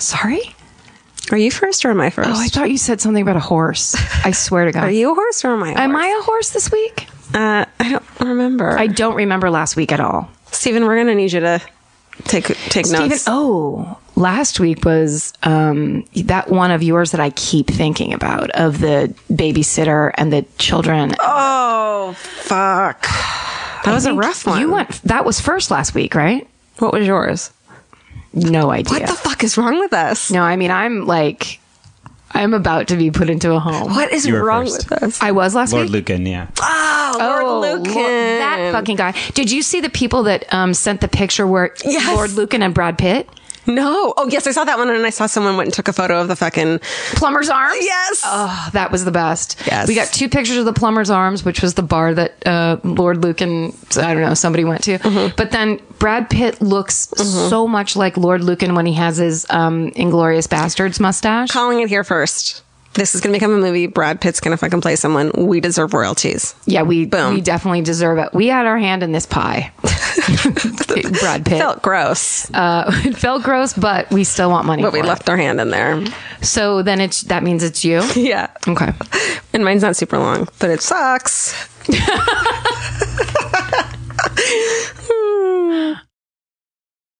[SPEAKER 4] Sorry.
[SPEAKER 3] Oh, Are you first or am I first?
[SPEAKER 4] Oh, I thought you said something about a horse. I swear to God.
[SPEAKER 3] Are you [LAUGHS] a horse or am I? A
[SPEAKER 4] Am
[SPEAKER 3] horse?
[SPEAKER 4] I a horse this week?
[SPEAKER 3] Uh, I don't remember.
[SPEAKER 4] I
[SPEAKER 3] I,
[SPEAKER 4] don't remember last week at all.
[SPEAKER 3] Stephen, we're gonna need you to take take
[SPEAKER 4] Even
[SPEAKER 3] notes.
[SPEAKER 4] oh, last week was um, that one of yours that I keep thinking about of the babysitter and the children.
[SPEAKER 3] Oh, fuck! That was a rough one.
[SPEAKER 4] You went. That was first last week, right?
[SPEAKER 3] What was yours?
[SPEAKER 4] No idea.
[SPEAKER 3] What the fuck is wrong with us?
[SPEAKER 4] no, I mean I'm like, I'm about to be put into a home.
[SPEAKER 3] What is
[SPEAKER 1] You were
[SPEAKER 3] wrong
[SPEAKER 1] first.
[SPEAKER 3] with us?
[SPEAKER 4] I was last
[SPEAKER 1] Lord
[SPEAKER 4] week.
[SPEAKER 1] Lucan, yeah.
[SPEAKER 3] oh, Lord
[SPEAKER 4] Lord-
[SPEAKER 3] Lucan.
[SPEAKER 4] that fucking guy. Did you see the people that um, sent the picture where
[SPEAKER 3] Yes.
[SPEAKER 4] Lord Lucan and Brad Pitt?
[SPEAKER 3] no. Oh, yes, I saw that one, and I saw someone went and took a photo of the fucking.
[SPEAKER 4] Plumber's Arms?
[SPEAKER 3] Yes.
[SPEAKER 4] Oh, that was the best.
[SPEAKER 3] Yes.
[SPEAKER 4] We got two pictures of the Plumber's Arms, which was the bar that uh, Lord Luke and I don't know, somebody went to.
[SPEAKER 3] Mm-hmm.
[SPEAKER 4] But then Brad Pitt looks so much like Lord Lucan when he has his um, Inglorious Bastards mustache.
[SPEAKER 3] calling it here first. This is going to become a movie. Brad Pitt's going to fucking play someone. We deserve royalties.
[SPEAKER 4] yeah, we
[SPEAKER 3] Boom.
[SPEAKER 4] we definitely deserve it. We had our hand in
[SPEAKER 3] [LAUGHS]
[SPEAKER 4] this pie. Brad Pitt.
[SPEAKER 3] Felt gross,
[SPEAKER 4] uh, [LAUGHS] it felt gross, but we still want money.
[SPEAKER 3] but we
[SPEAKER 4] for it.
[SPEAKER 3] left our hand in
[SPEAKER 2] [LAUGHS]
[SPEAKER 3] there.
[SPEAKER 4] So then it's that means it's you.
[SPEAKER 3] Yeah.
[SPEAKER 4] Okay.
[SPEAKER 3] And mine's not super long, but it sucks.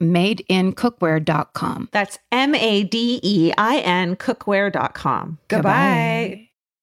[SPEAKER 4] madeincookware.com.
[SPEAKER 2] That's M A D E I N cookware.com. Goodbye.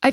[SPEAKER 4] I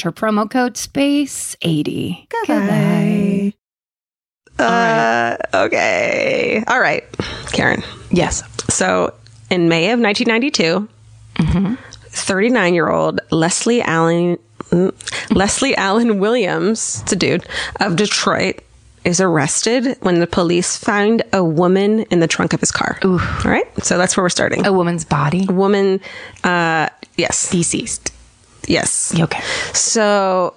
[SPEAKER 4] promo code SPACE80.
[SPEAKER 2] Goodbye.
[SPEAKER 3] Uh, okay. All right, Karen.
[SPEAKER 6] Yes.
[SPEAKER 3] So, in May of 1992, 39 year old Leslie Allen mm, Leslie Allen Williams, it's a dude of Detroit, is arrested when the police find a woman in the trunk of his car. All right, so that's where we're starting.
[SPEAKER 4] Oh.
[SPEAKER 6] A woman's body
[SPEAKER 3] A woman, uh, yes,
[SPEAKER 6] deceased.
[SPEAKER 3] yes.
[SPEAKER 6] Okay.
[SPEAKER 3] So,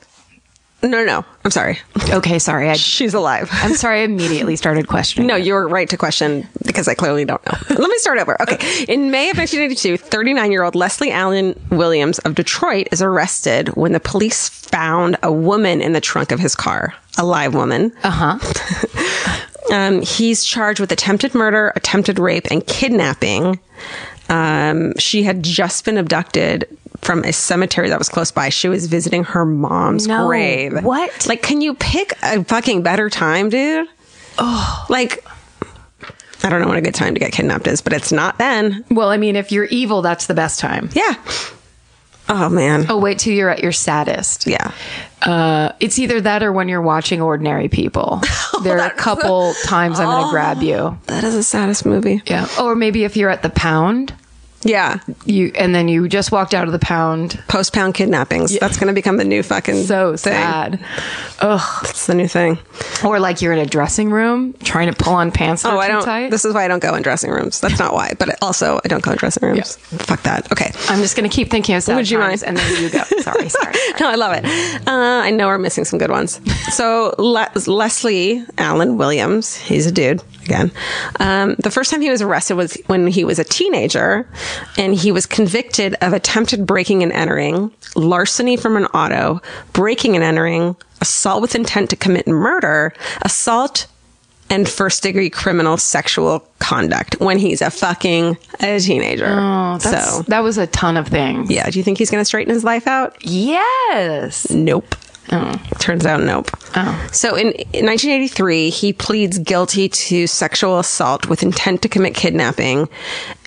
[SPEAKER 3] no, no, no, I'm sorry.
[SPEAKER 6] Okay. Sorry. I,
[SPEAKER 3] She's alive.
[SPEAKER 6] [LAUGHS] I'm sorry. I immediately started questioning.
[SPEAKER 3] No, you're right to question because I clearly don't know. Let me start over. Okay. In May of 1982, 39 year old Leslie Allen Williams of Detroit is arrested when the police found a woman in the trunk of his car, a live woman.
[SPEAKER 6] Uh huh.
[SPEAKER 3] Um, he's charged with attempted murder, attempted rape, and kidnapping. Um, she had just been abducted from a cemetery that was close by. She was visiting her mom's
[SPEAKER 6] No.
[SPEAKER 3] grave.
[SPEAKER 6] What?
[SPEAKER 3] Like, can you pick a fucking better time, dude? Oh, like. I don't know what a good time to get kidnapped is, but it's not then.
[SPEAKER 6] Well, I mean, if you're evil, that's the best time.
[SPEAKER 3] Yeah. Oh man.
[SPEAKER 6] Oh, wait till you're at your saddest.
[SPEAKER 3] Yeah.
[SPEAKER 6] Uh, it's either that or when you're watching Ordinary
[SPEAKER 3] [LAUGHS]
[SPEAKER 6] People.
[SPEAKER 3] Oh,
[SPEAKER 6] there are a couple times I'm going to grab you.
[SPEAKER 3] That is the saddest movie.
[SPEAKER 6] Yeah. Or maybe if you're at the pound,
[SPEAKER 3] Yeah.
[SPEAKER 6] you and then you just walked out of the pound.
[SPEAKER 3] Post pound kidnappings. That's going to become the new fucking
[SPEAKER 6] So
[SPEAKER 3] thing.
[SPEAKER 6] sad. Ugh.
[SPEAKER 3] That's the new thing.
[SPEAKER 6] Or like you're in a dressing room trying to pull on pants.
[SPEAKER 3] Oh,
[SPEAKER 6] not
[SPEAKER 3] I
[SPEAKER 6] too
[SPEAKER 3] don't.
[SPEAKER 6] Tight.
[SPEAKER 3] This is why I don't go in dressing rooms. That's not why, but also I don't go in dressing rooms. Fuck that. Okay.
[SPEAKER 6] I'm just going to keep thinking of sad
[SPEAKER 3] Would you
[SPEAKER 6] times, and
[SPEAKER 3] mind?
[SPEAKER 6] then
[SPEAKER 3] [LAUGHS]
[SPEAKER 6] you go. Sorry, sorry.
[SPEAKER 3] No, I love it. Uh, I know we're missing some good ones. So Le- Leslie Allen Williams, he's a dude. again. Um, the first time he was arrested was when he was a teenager, and he was convicted of attempted breaking and entering, larceny from an auto, breaking and entering, assault with intent to commit murder, assault, and first degree criminal sexual conduct when he's a fucking a teenager.
[SPEAKER 4] Oh, that's,
[SPEAKER 3] so,
[SPEAKER 4] that was a ton of things.
[SPEAKER 3] yeah, do you think he's going to straighten his life out?
[SPEAKER 4] Yes.
[SPEAKER 3] Nope. Turns out, nope.
[SPEAKER 4] Oh.
[SPEAKER 3] So in, in 1983, he pleads guilty to sexual assault with intent to commit kidnapping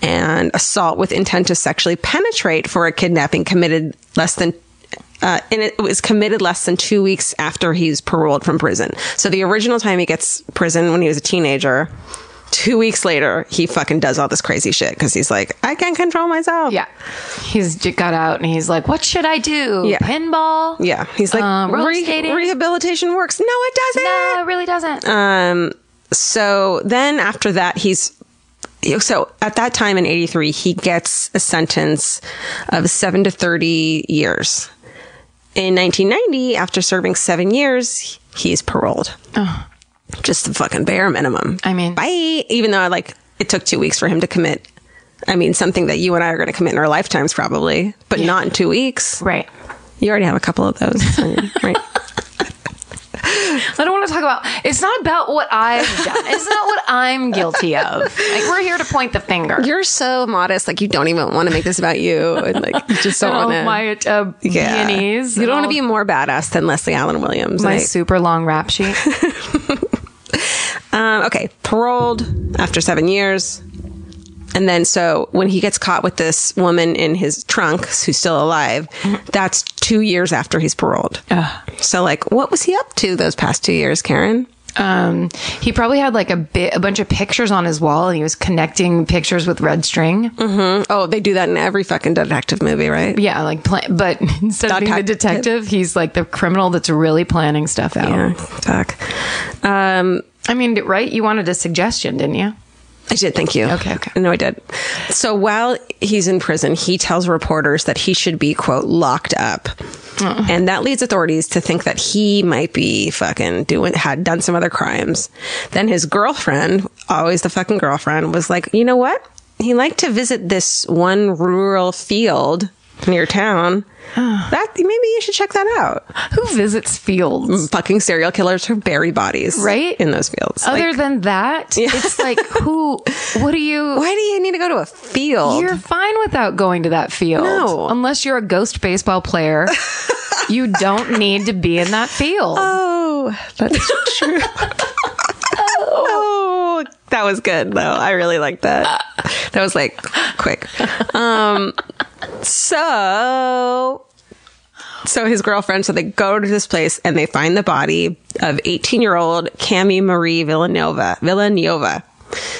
[SPEAKER 3] and assault with intent to sexually penetrate for a kidnapping committed less than. Uh, and it was committed less than two weeks after he's paroled from prison. So the original time he gets prison when he was a teenager, two weeks later he fucking does all this crazy shit because he's like, I can't control myself.
[SPEAKER 4] Yeah. He's j- got out and he's like, "What should I do?
[SPEAKER 3] Yeah.
[SPEAKER 4] Pinball?
[SPEAKER 3] yeah. He's like,
[SPEAKER 4] Uh, roller
[SPEAKER 3] "Re-
[SPEAKER 4] skating?
[SPEAKER 3] rehabilitation works. No, it doesn't.
[SPEAKER 4] No, it really doesn't.
[SPEAKER 3] Um, so then after that, he's so at that time in 83, he gets a sentence of seven to 30 years. In 1990, after serving seven years, he's paroled. Just the fucking bare minimum.
[SPEAKER 4] Oh. I mean-
[SPEAKER 3] bye. Even though I like it took two weeks for him to commit. I mean, something that you and I are going to commit in our lifetimes, probably, but not in two weeks.
[SPEAKER 4] right.
[SPEAKER 3] You already have a couple of those, right?
[SPEAKER 4] [LAUGHS] I don't want to talk about. It's not about what I've done. It's not what I'm guilty of. Like we're here to point the finger.
[SPEAKER 3] You're so modest, like you don't even want to make this about you, and like you just
[SPEAKER 4] [LAUGHS]
[SPEAKER 3] don't
[SPEAKER 4] And
[SPEAKER 3] want
[SPEAKER 4] all
[SPEAKER 3] to.
[SPEAKER 4] Oh my uh, peonies.
[SPEAKER 3] You don't
[SPEAKER 4] and
[SPEAKER 3] want
[SPEAKER 4] all
[SPEAKER 3] to be more badass than Leslie Allen Williams.
[SPEAKER 4] my
[SPEAKER 3] like-
[SPEAKER 4] super long rap sheet.
[SPEAKER 3] um, okay, paroled after seven years, and then so when he gets caught with this woman in his trunk who's still alive, that's two years after he's paroled. So like, what was he up to those past two years, Karen?
[SPEAKER 4] Um, he probably had like a bit, a bunch of pictures on his wall, and he was connecting pictures with red string.
[SPEAKER 3] Oh, they do that in every fucking detective movie, right?
[SPEAKER 4] Yeah, like pla but [LAUGHS] instead of being the
[SPEAKER 3] Detective.
[SPEAKER 4] detective, he's like the criminal that's really planning stuff out.
[SPEAKER 3] Yeah, fuck. Um,
[SPEAKER 4] I mean, right? You wanted a suggestion, didn't you?
[SPEAKER 3] I did. Thank you.
[SPEAKER 4] Okay, okay.
[SPEAKER 3] No, I did. So while he's in prison, he tells reporters that he should be, quote, locked up.
[SPEAKER 4] Oh.
[SPEAKER 3] And that leads authorities to think that he might be fucking doing, had done some other crimes. Then his girlfriend, always the fucking girlfriend, was like, you know what? He liked to visit this one rural field near
[SPEAKER 4] [SIGHS]
[SPEAKER 3] town. that maybe you should check that out.
[SPEAKER 4] Who visits fields?
[SPEAKER 3] Fucking serial killers who bury bodies,
[SPEAKER 4] Right?
[SPEAKER 3] in those fields. Like,
[SPEAKER 4] Other than that, it's like who? What
[SPEAKER 3] [LAUGHS]
[SPEAKER 4] do you?
[SPEAKER 3] why do you need to go to a field?
[SPEAKER 4] You're fine without going to that field,
[SPEAKER 3] No.
[SPEAKER 4] unless you're a ghost baseball player.
[SPEAKER 3] [LAUGHS]
[SPEAKER 4] you don't need to be in that field.
[SPEAKER 3] Oh, that's true. oh, that was good though. I really liked that. That was like quick. Um, so, so his girlfriend. So they go to this place and they find the body of 18 year old Cami Marie Villanova. Villanova.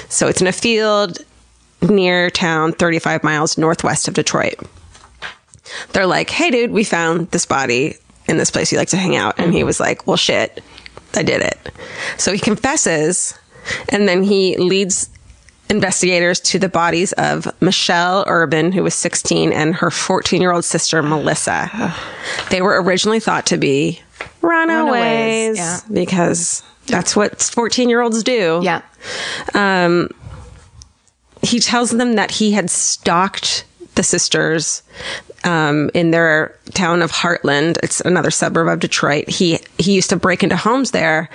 [SPEAKER 3] So it's in a field near town, 35 miles northwest of Detroit they're like, hey, dude, we found this body in this place you like to hang out. And he was like, well, shit, I did it. So he confesses and then he leads investigators to the bodies of Michelle Urban, who was 16, and her 14 year old sister, Melissa. They were originally thought to be runaways,
[SPEAKER 4] Runaways, yeah.
[SPEAKER 3] because that's what 14 year olds do
[SPEAKER 4] Yeah.
[SPEAKER 3] um, he tells them that he had stalked the sisters um, in their town of Heartland. It's another suburb of Detroit. He he used to break into homes there,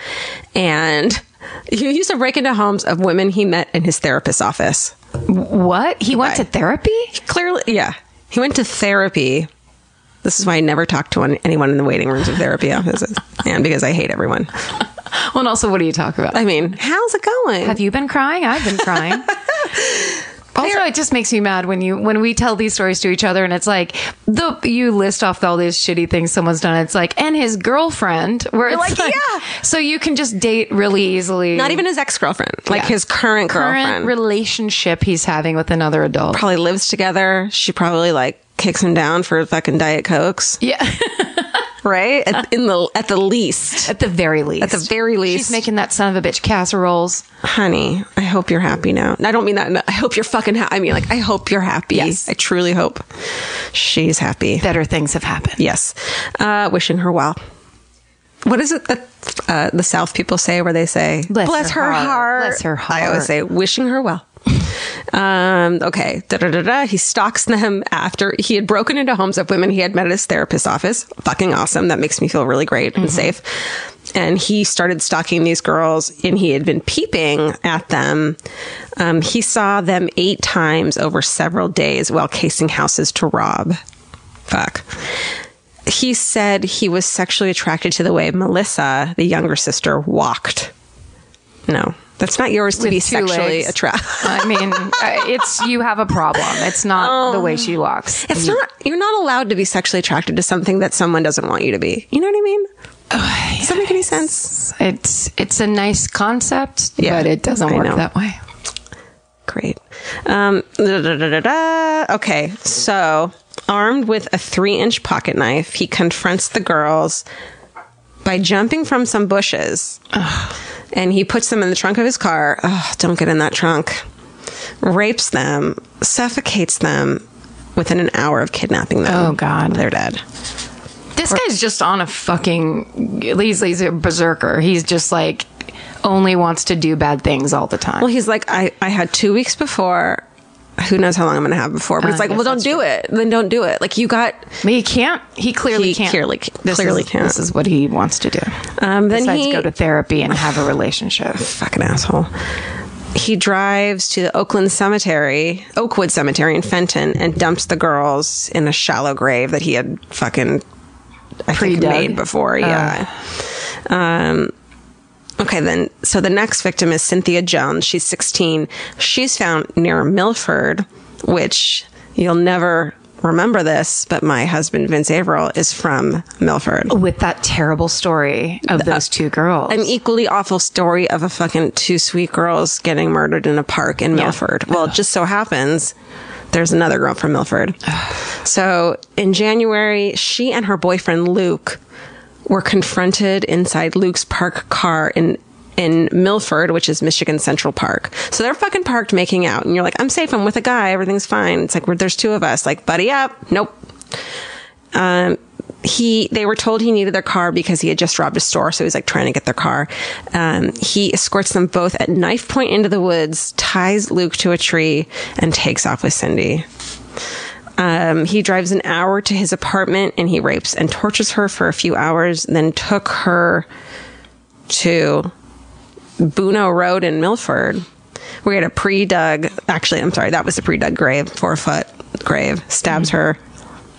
[SPEAKER 3] and [LAUGHS] he used to break into homes of women he met in his therapist's office.
[SPEAKER 4] What? He went to therapy?
[SPEAKER 3] Clearly, yeah, he went to therapy. This is why I never talk to one, anyone in the waiting rooms of therapy offices, [LAUGHS] and because I hate everyone.
[SPEAKER 4] Well, and also, what do you talk about?
[SPEAKER 3] I mean, how's it going?
[SPEAKER 4] Have you been crying? I've
[SPEAKER 3] [LAUGHS]
[SPEAKER 4] been crying. Also, it just makes me mad when you when we tell these stories to each other, and it's like the you list off all these shitty things someone's done. It's like and his girlfriend, where it's
[SPEAKER 3] like,
[SPEAKER 4] like,
[SPEAKER 3] yeah.
[SPEAKER 4] so you can just date really easily.
[SPEAKER 3] Not even his ex girlfriend, like
[SPEAKER 4] Yeah.
[SPEAKER 3] his current,
[SPEAKER 4] current
[SPEAKER 3] girlfriend.
[SPEAKER 4] relationship he's having with another adult.
[SPEAKER 3] probably lives together. She probably like kicks him down for fucking diet cokes,
[SPEAKER 4] Yeah,
[SPEAKER 3] right? At, in the at the least,
[SPEAKER 4] [LAUGHS] at the very least. At
[SPEAKER 3] the very least.
[SPEAKER 4] she's making that son of a bitch casseroles.
[SPEAKER 3] honey. I hope you're happy now. And I don't mean that. in a- I hope you're fucking. Ha- I mean, like, I hope you're happy.
[SPEAKER 4] Yes.
[SPEAKER 3] I truly hope she's happy.
[SPEAKER 4] Better things have happened.
[SPEAKER 3] yes, uh, wishing her well. What is it that uh, the South people say, where they say,
[SPEAKER 4] Bless
[SPEAKER 3] bless,
[SPEAKER 4] her
[SPEAKER 3] her,
[SPEAKER 4] heart.
[SPEAKER 3] heart.
[SPEAKER 4] Bless her
[SPEAKER 3] I
[SPEAKER 4] heart.
[SPEAKER 3] always say, wishing her well. Um, okay. Da, da, da, da. He stalks them after he had broken into homes of women he had met at his therapist's office. Fucking awesome. That makes me feel really great and
[SPEAKER 4] Mm-hmm.
[SPEAKER 3] safe. And he started stalking these girls and he had been peeping at them. Um, he saw them eight times over several days while casing houses to rob. Fuck. He said he was sexually attracted to the way Melissa, the younger sister, walked. No, that's not yours to be
[SPEAKER 4] two
[SPEAKER 3] sexually
[SPEAKER 4] legs.
[SPEAKER 3] attracted. [LAUGHS]
[SPEAKER 4] I mean, uh, it's you have a problem. It's [LAUGHS] not the way she walks.
[SPEAKER 3] It's not, you're not allowed to be sexually attracted to something that someone doesn't want you to be. You know what I mean?
[SPEAKER 4] Oh,
[SPEAKER 3] Does that make any sense?
[SPEAKER 4] It's it's a nice concept,
[SPEAKER 3] Yeah,
[SPEAKER 4] but it doesn't
[SPEAKER 3] I
[SPEAKER 4] work
[SPEAKER 3] know.
[SPEAKER 4] that way.
[SPEAKER 3] Great. Um, da, da, da, da, da. Okay, so armed with a three inch pocket knife, he confronts the girls by jumping from some bushes and he puts them in the trunk of his car. Ugh, don't get in that trunk. Rapes them, suffocates them within an hour of kidnapping them.
[SPEAKER 4] Oh, God.
[SPEAKER 3] They're dead.
[SPEAKER 4] This guy's just on a fucking. He's, he's a berserker. He's just like only wants to do bad things all the time.
[SPEAKER 3] Well, he's like, I, I had two weeks before. Who knows how long I'm going to have before? But
[SPEAKER 4] Oh,
[SPEAKER 3] it's
[SPEAKER 4] I
[SPEAKER 3] like,
[SPEAKER 4] guess
[SPEAKER 3] well, don't
[SPEAKER 4] that's
[SPEAKER 3] do it. Then don't do it. Like, you got.
[SPEAKER 4] I mean, he can't. He clearly
[SPEAKER 3] He
[SPEAKER 4] can't.
[SPEAKER 3] clearly ca-
[SPEAKER 4] This
[SPEAKER 3] clearly
[SPEAKER 4] is,
[SPEAKER 3] can't.
[SPEAKER 4] This is what he wants to do.
[SPEAKER 3] Um, then
[SPEAKER 4] Besides,
[SPEAKER 3] he,
[SPEAKER 4] go to therapy and have a relationship.
[SPEAKER 3] fucking asshole. He drives to the Oakland Cemetery, Oakwood Cemetery in Fenton, and dumps the girls in a shallow grave that he had fucking I think
[SPEAKER 4] Pre-dug?
[SPEAKER 3] made before. Yeah. Um. Okay, then. So the next victim is Cynthia Jones. She's 16. She's found near Milford, which you'll never remember this, but my husband Vince Averill is from Milford.
[SPEAKER 4] With that terrible story of those two girls.
[SPEAKER 3] an equally awful story of a fucking two sweet girls getting murdered in a park in Milford. Well, it just so happens there's another girl from Milford. so in January, she and her boyfriend Luke were confronted inside Luke's park car in in Milford, which is Michigan Central Park. So they're fucking parked making out and you're like, I'm safe, I'm with a guy, everything's fine. It's like we're, there's two of us, like buddy up. Nope. Um, he they were told he needed their car because he had just robbed a store so he's like trying to get their car um, he escorts them both at knife point into the woods ties luke to a tree and takes off with cindy um, he drives an hour to his apartment and he rapes and tortures her for a few hours then took her to Buno Road in Milford. We had a pre dug, actually, I'm sorry, that was a pre dug grave, four foot grave, stabs her,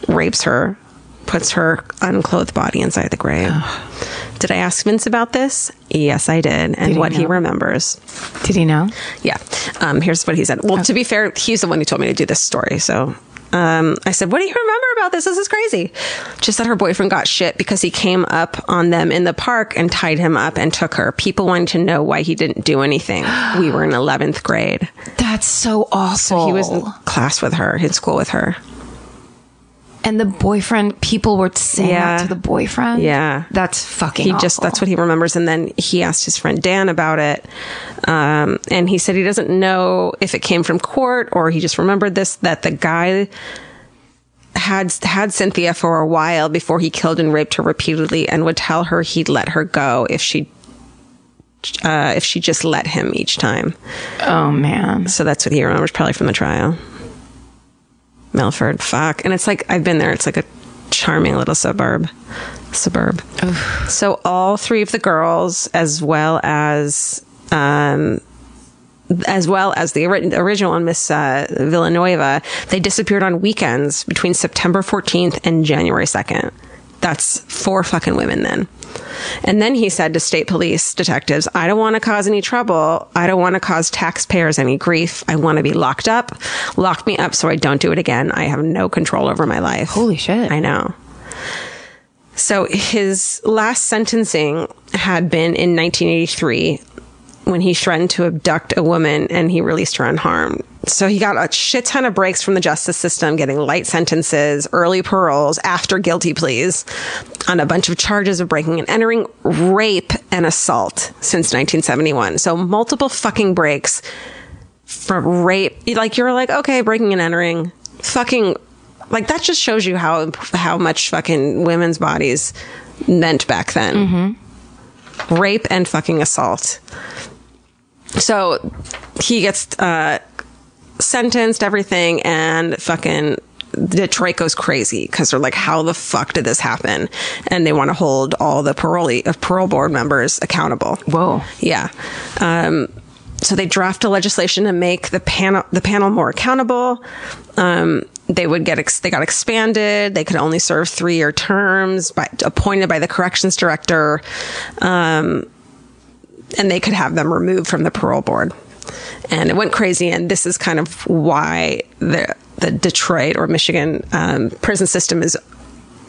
[SPEAKER 3] rapes her, puts her unclothed body inside the grave. Did I ask Vince about this? Yes, I did. And what he remembers.
[SPEAKER 4] Did he know?
[SPEAKER 3] Yeah. Um, here's what he said. Well, to be fair, he's the one who told me to do this story. So um, I said, What do you remember about this? This is crazy. Just that her boyfriend got shit because he came up on them in the park and tied him up and took her. People wanted to know why he didn't do anything. We were in 11th grade.
[SPEAKER 4] That's so awful.
[SPEAKER 3] He was in class with her, in school with her.
[SPEAKER 4] and the boyfriend. People were saying
[SPEAKER 3] Yeah.
[SPEAKER 4] that to the boyfriend.
[SPEAKER 3] Yeah.
[SPEAKER 4] that's fucking.
[SPEAKER 3] He just, that's what he remembers. And then he asked his friend Dan about it. Um, and he said he doesn't know if it came from court or he just remembered this, that the guy had, had Cynthia for a while before he killed and raped her repeatedly and would tell her he'd let her go if she, uh, if she just let him each time.
[SPEAKER 4] Oh man.
[SPEAKER 3] So that's what he remembers probably from the trial. Milford, fuck. And it's like, I've been there. It's like a charming little suburb. Suburb. So all three of the girls, as well as. Um, as well as the ori- original one, Miss uh, Villanueva, they disappeared on weekends between September 14th and January 2nd. That's four fucking women then. And then he said to state police detectives, I don't want to cause any trouble. I don't want to cause taxpayers any grief. I want to be locked up. Lock me up so I don't do it again. I have no control over my life.
[SPEAKER 4] Holy shit.
[SPEAKER 3] I know. So his last sentencing had been in 1983 when he threatened to abduct a woman and he released her unharmed. So he got a shit ton of breaks from the justice system, getting light sentences, early paroles after guilty pleas on a bunch of charges of breaking and entering, rape, and assault since 1971. So multiple fucking breaks from rape. Like you're like, okay, breaking and entering, fucking, like that just shows you how how much fucking women's bodies meant back then. rape and fucking assault. So he gets uh, sentenced, everything, and fucking Detroit goes crazy because they're like, how the fuck did this happen? And they want to hold all the parolee, uh, parole board members accountable.
[SPEAKER 4] Whoa.
[SPEAKER 3] Yeah. Um, so they draft a legislation to make the panel the panel more accountable. Um, they would get ex- they got expanded. They could only serve three year terms, by, appointed by the corrections director, um, and they could have them removed from the parole board. And it went crazy. And this is kind of why the the Detroit or Michigan um, prison system is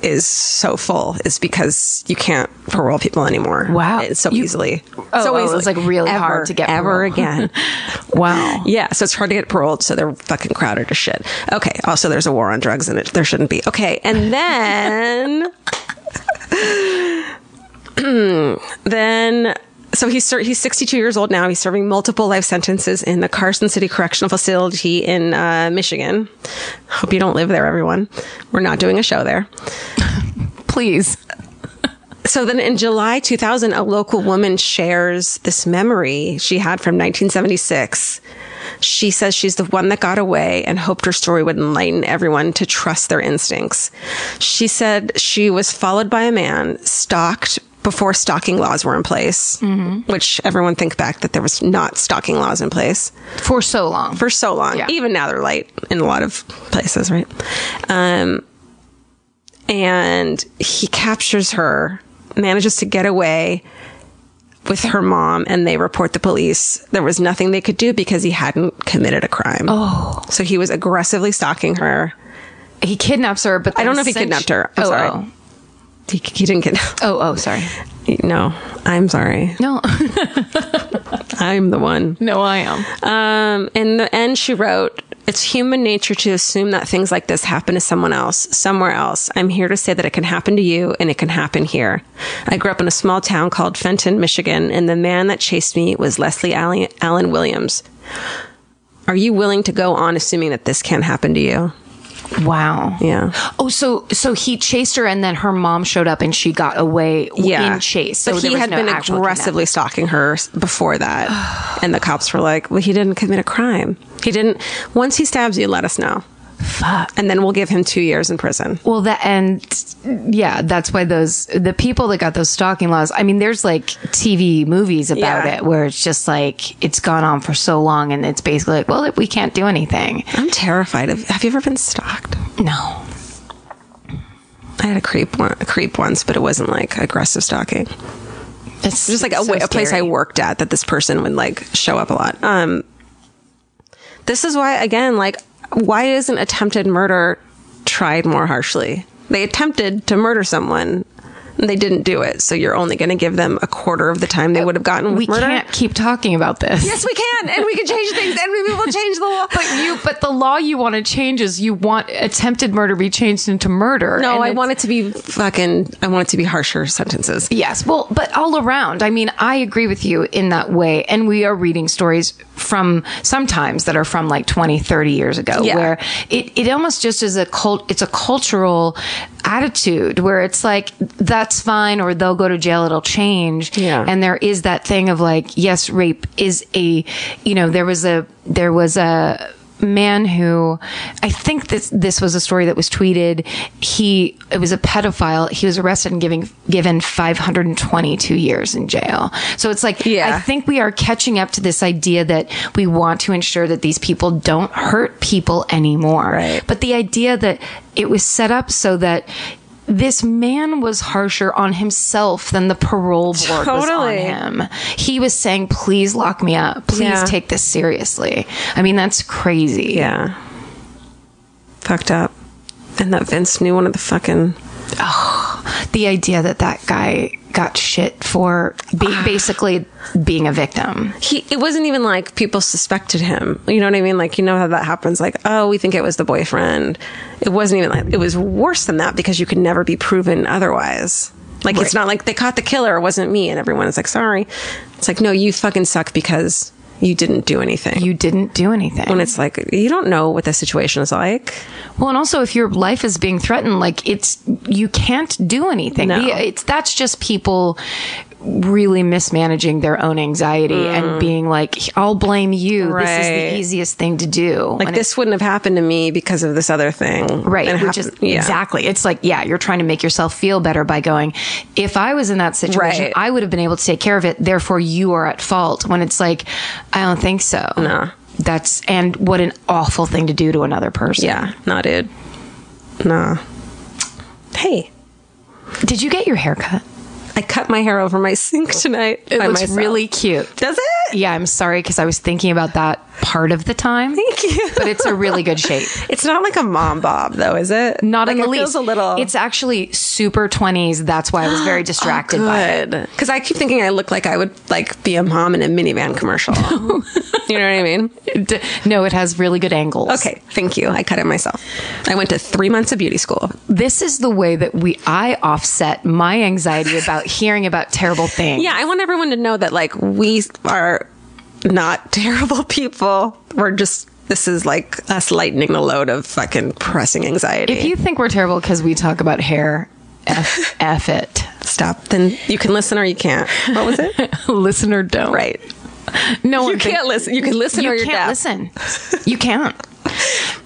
[SPEAKER 3] is so full is because you can't parole people anymore.
[SPEAKER 4] Wow.
[SPEAKER 3] It's so
[SPEAKER 4] You-
[SPEAKER 3] easily.
[SPEAKER 4] Oh,
[SPEAKER 3] so
[SPEAKER 4] oh,
[SPEAKER 3] easily.
[SPEAKER 4] it's, like, really
[SPEAKER 3] Ever,
[SPEAKER 4] hard to get
[SPEAKER 3] ever [LAUGHS]
[SPEAKER 4] parole.
[SPEAKER 3] again.
[SPEAKER 4] Wow.
[SPEAKER 3] yeah, so it's hard to get paroled, so they're fucking crowded as shit. Okay, also there's a war on drugs in it. There shouldn't be. Okay, and then [CLEARS THROAT] then so he's ser- he's 62 years old now. He's serving multiple life sentences in the Carson City Correctional Facility in uh, Michigan. Hope you don't live there, everyone. We're not doing a show there.
[SPEAKER 4] Please.
[SPEAKER 3] So then in July 2000, a local woman shares this memory she had from 1976. She says she's the one that got away and hoped her story would enlighten everyone to trust their instincts. She said she was followed by a man, stalked before stalking laws were in place, which everyone think back that there was not stalking laws in place
[SPEAKER 4] For so long.
[SPEAKER 3] for so long.
[SPEAKER 4] Yeah.
[SPEAKER 3] Even now they're light in a lot of places, right? Um, and he captures her, manages to get away with her mom, and they report the police. There was nothing they could do because he hadn't committed a crime. Oh, so he was aggressively stalking her.
[SPEAKER 4] he kidnaps her, but
[SPEAKER 3] I don't know if
[SPEAKER 4] then
[SPEAKER 3] he
[SPEAKER 4] sent-
[SPEAKER 3] kidnapped her. I'm
[SPEAKER 4] oh,
[SPEAKER 3] sorry.
[SPEAKER 4] oh.
[SPEAKER 3] He, he didn't get. [LAUGHS]
[SPEAKER 4] Oh, oh, sorry.
[SPEAKER 3] No, I'm sorry.
[SPEAKER 4] No, [LAUGHS]
[SPEAKER 3] I'm the one.
[SPEAKER 4] no, I am.
[SPEAKER 3] Um, in the end, she wrote, It's human nature to assume that things like this happen to someone else, somewhere else. I'm here to say that it can happen to you and it can happen here. I grew up in a small town called Fenton, Michigan, and the man that chased me was Leslie Allen, Allen Williams. Are you willing to go on assuming that this can happen to you?
[SPEAKER 4] Wow.
[SPEAKER 3] Yeah.
[SPEAKER 4] Oh, so so he chased her, and then her mom showed up, and she got away w- in chase. So
[SPEAKER 3] but he
[SPEAKER 4] there was
[SPEAKER 3] had
[SPEAKER 4] no
[SPEAKER 3] been
[SPEAKER 4] actual
[SPEAKER 3] aggressively stalking her s- before
[SPEAKER 4] [SIGHS]
[SPEAKER 3] that, and the cops were like, "Well, he didn't commit a crime. He didn't. Once he stabs you, let us know."
[SPEAKER 4] kidnapping. Fuck.
[SPEAKER 3] and then we'll give him two years in prison.
[SPEAKER 4] Well, that and yeah, that's why those the people that got those stalking laws. I mean, there's like TV movies about
[SPEAKER 3] Yeah.
[SPEAKER 4] it where it's just like it's gone on for so long, and it's basically like, well, we can't do anything.
[SPEAKER 3] I'm terrified of. Have you ever been stalked?
[SPEAKER 4] No.
[SPEAKER 3] I had a creep one, a creep once, but it wasn't like aggressive stalking.
[SPEAKER 4] It's
[SPEAKER 3] Just like a,
[SPEAKER 4] so
[SPEAKER 3] wa- a place I
[SPEAKER 4] scary.
[SPEAKER 3] worked at that this person would like show up a lot. Um, this is why again, like, why isn't attempted murder tried more harshly? They attempted to murder someone. and They didn't do it, so you're only going to give them a quarter of the time they would have gotten with
[SPEAKER 4] We
[SPEAKER 3] murder.
[SPEAKER 4] can't keep talking about this.
[SPEAKER 3] Yes, we can, and we can change things, and we will change the law.
[SPEAKER 4] But you, but the law you want to change is you want attempted murder be changed into murder.
[SPEAKER 3] No,
[SPEAKER 4] and
[SPEAKER 3] I
[SPEAKER 4] it's-
[SPEAKER 3] want it to be fucking. I want it to be harsher sentences.
[SPEAKER 4] Yes, well, but all around. I mean, I agree with you in that way. And we are reading stories from sometimes that are from like 20, 30 years ago
[SPEAKER 3] Yeah.
[SPEAKER 4] where it, it almost just is a cult, it's a cultural attitude where it's like, that's fine or they'll go to jail, it'll change.
[SPEAKER 3] Yeah.
[SPEAKER 4] And there is that thing of like, yes, rape is a, you know, there was a, there was a, man who I think this this was a story that was tweeted. He it was a pedophile. He was arrested and giving given 522 years in jail. So it's like
[SPEAKER 3] Yeah.
[SPEAKER 4] I think we are catching up to this idea that we want to ensure that these people don't hurt people anymore.
[SPEAKER 3] Right.
[SPEAKER 4] But the idea that it was set up so that this man was harsher on himself than the parole board was on
[SPEAKER 3] Totally.
[SPEAKER 4] him. He was saying, "Please lock me up. Please
[SPEAKER 3] Yeah.
[SPEAKER 4] take this seriously." I mean, that's crazy.
[SPEAKER 3] Yeah. Fucked up. And that Vince knew one of the fucking.
[SPEAKER 4] The idea that that guy got shit for
[SPEAKER 3] Ah.
[SPEAKER 4] be- basically being a victim.
[SPEAKER 3] He. It wasn't even like people suspected him. You know what I mean? Like you know how that happens. Like oh, we think it was the boyfriend. It wasn't even like it was worse than that because you could never be proven otherwise. Like it's not like they caught the killer. It wasn't me, and everyone is like sorry. It's like no, you fucking suck because you didn't do anything.
[SPEAKER 4] You didn't do anything.
[SPEAKER 3] and it's like you don't know what the situation is like.
[SPEAKER 4] Well, and also if your life is being threatened, like it's you can't do anything.
[SPEAKER 3] No.
[SPEAKER 4] The- It's that's just people really mismanaging their own anxiety and being like, I'll blame you. This is
[SPEAKER 3] Mm. Right.
[SPEAKER 4] the easiest thing to do.
[SPEAKER 3] Like this wouldn't have happened to me because of this other thing.
[SPEAKER 4] Right.
[SPEAKER 3] And it
[SPEAKER 4] which
[SPEAKER 3] happened-
[SPEAKER 4] is exactly. It's like, yeah, you're trying to make yourself feel better by going, if I was in that situation,
[SPEAKER 3] Right.
[SPEAKER 4] I would have been able to take care of it. Therefore, you are at fault. When it's like, I don't think so. No. That's, and what an awful thing to do to another person.
[SPEAKER 3] Yeah. Nah, dude. Nah. Hey,
[SPEAKER 4] Did you get your hair cut?
[SPEAKER 3] I cut my hair over my sink tonight. It by
[SPEAKER 4] looks
[SPEAKER 3] myself.
[SPEAKER 4] really cute.
[SPEAKER 3] Does it?
[SPEAKER 4] Yeah, I'm sorry because I was thinking about that part of the time.
[SPEAKER 3] Thank you.
[SPEAKER 4] But it's a really good shape.
[SPEAKER 3] It's not like a mom bob though, is it?
[SPEAKER 4] Not
[SPEAKER 3] like,
[SPEAKER 4] in the
[SPEAKER 3] it
[SPEAKER 4] least.
[SPEAKER 3] Feels a little.
[SPEAKER 4] It's actually super 20s. That's why I was
[SPEAKER 3] [GASPS]
[SPEAKER 4] very distracted
[SPEAKER 3] Oh,
[SPEAKER 4] by it.
[SPEAKER 3] good because I keep thinking I look like I would like be a mom in a minivan
[SPEAKER 4] [LAUGHS]
[SPEAKER 3] commercial. you know what I mean?
[SPEAKER 4] D- No, it has really good angles.
[SPEAKER 3] [LAUGHS] Okay, thank you. I cut it myself. I went to three months of beauty school.
[SPEAKER 4] This is the way that we I offset
[SPEAKER 3] [LAUGHS]
[SPEAKER 4] my anxiety about hearing about terrible things.
[SPEAKER 3] Yeah, I want everyone to know that like we are not [LAUGHS] terrible people. We're just this is like us lightening the load of fucking pressing anxiety.
[SPEAKER 4] If you think we're terrible because we talk about hair,
[SPEAKER 3] [LAUGHS]
[SPEAKER 4] F, F it.
[SPEAKER 3] stop, then you can listen or you can't. What was it?
[SPEAKER 4] [LAUGHS] listen or don't.
[SPEAKER 3] right.
[SPEAKER 4] No one
[SPEAKER 3] You
[SPEAKER 4] think-
[SPEAKER 3] can't listen. You can listen
[SPEAKER 4] you
[SPEAKER 3] or you're
[SPEAKER 4] can't
[SPEAKER 3] deaf.
[SPEAKER 4] listen. You can't.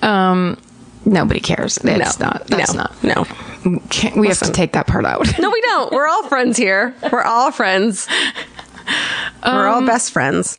[SPEAKER 4] Um, nobody cares. It's
[SPEAKER 3] no,
[SPEAKER 4] not. That's
[SPEAKER 3] no,
[SPEAKER 4] not.
[SPEAKER 3] No,
[SPEAKER 4] Can't- we have to take that part out.
[SPEAKER 3] no, we don't. We're all friends here. We're all friends. We're all best friends.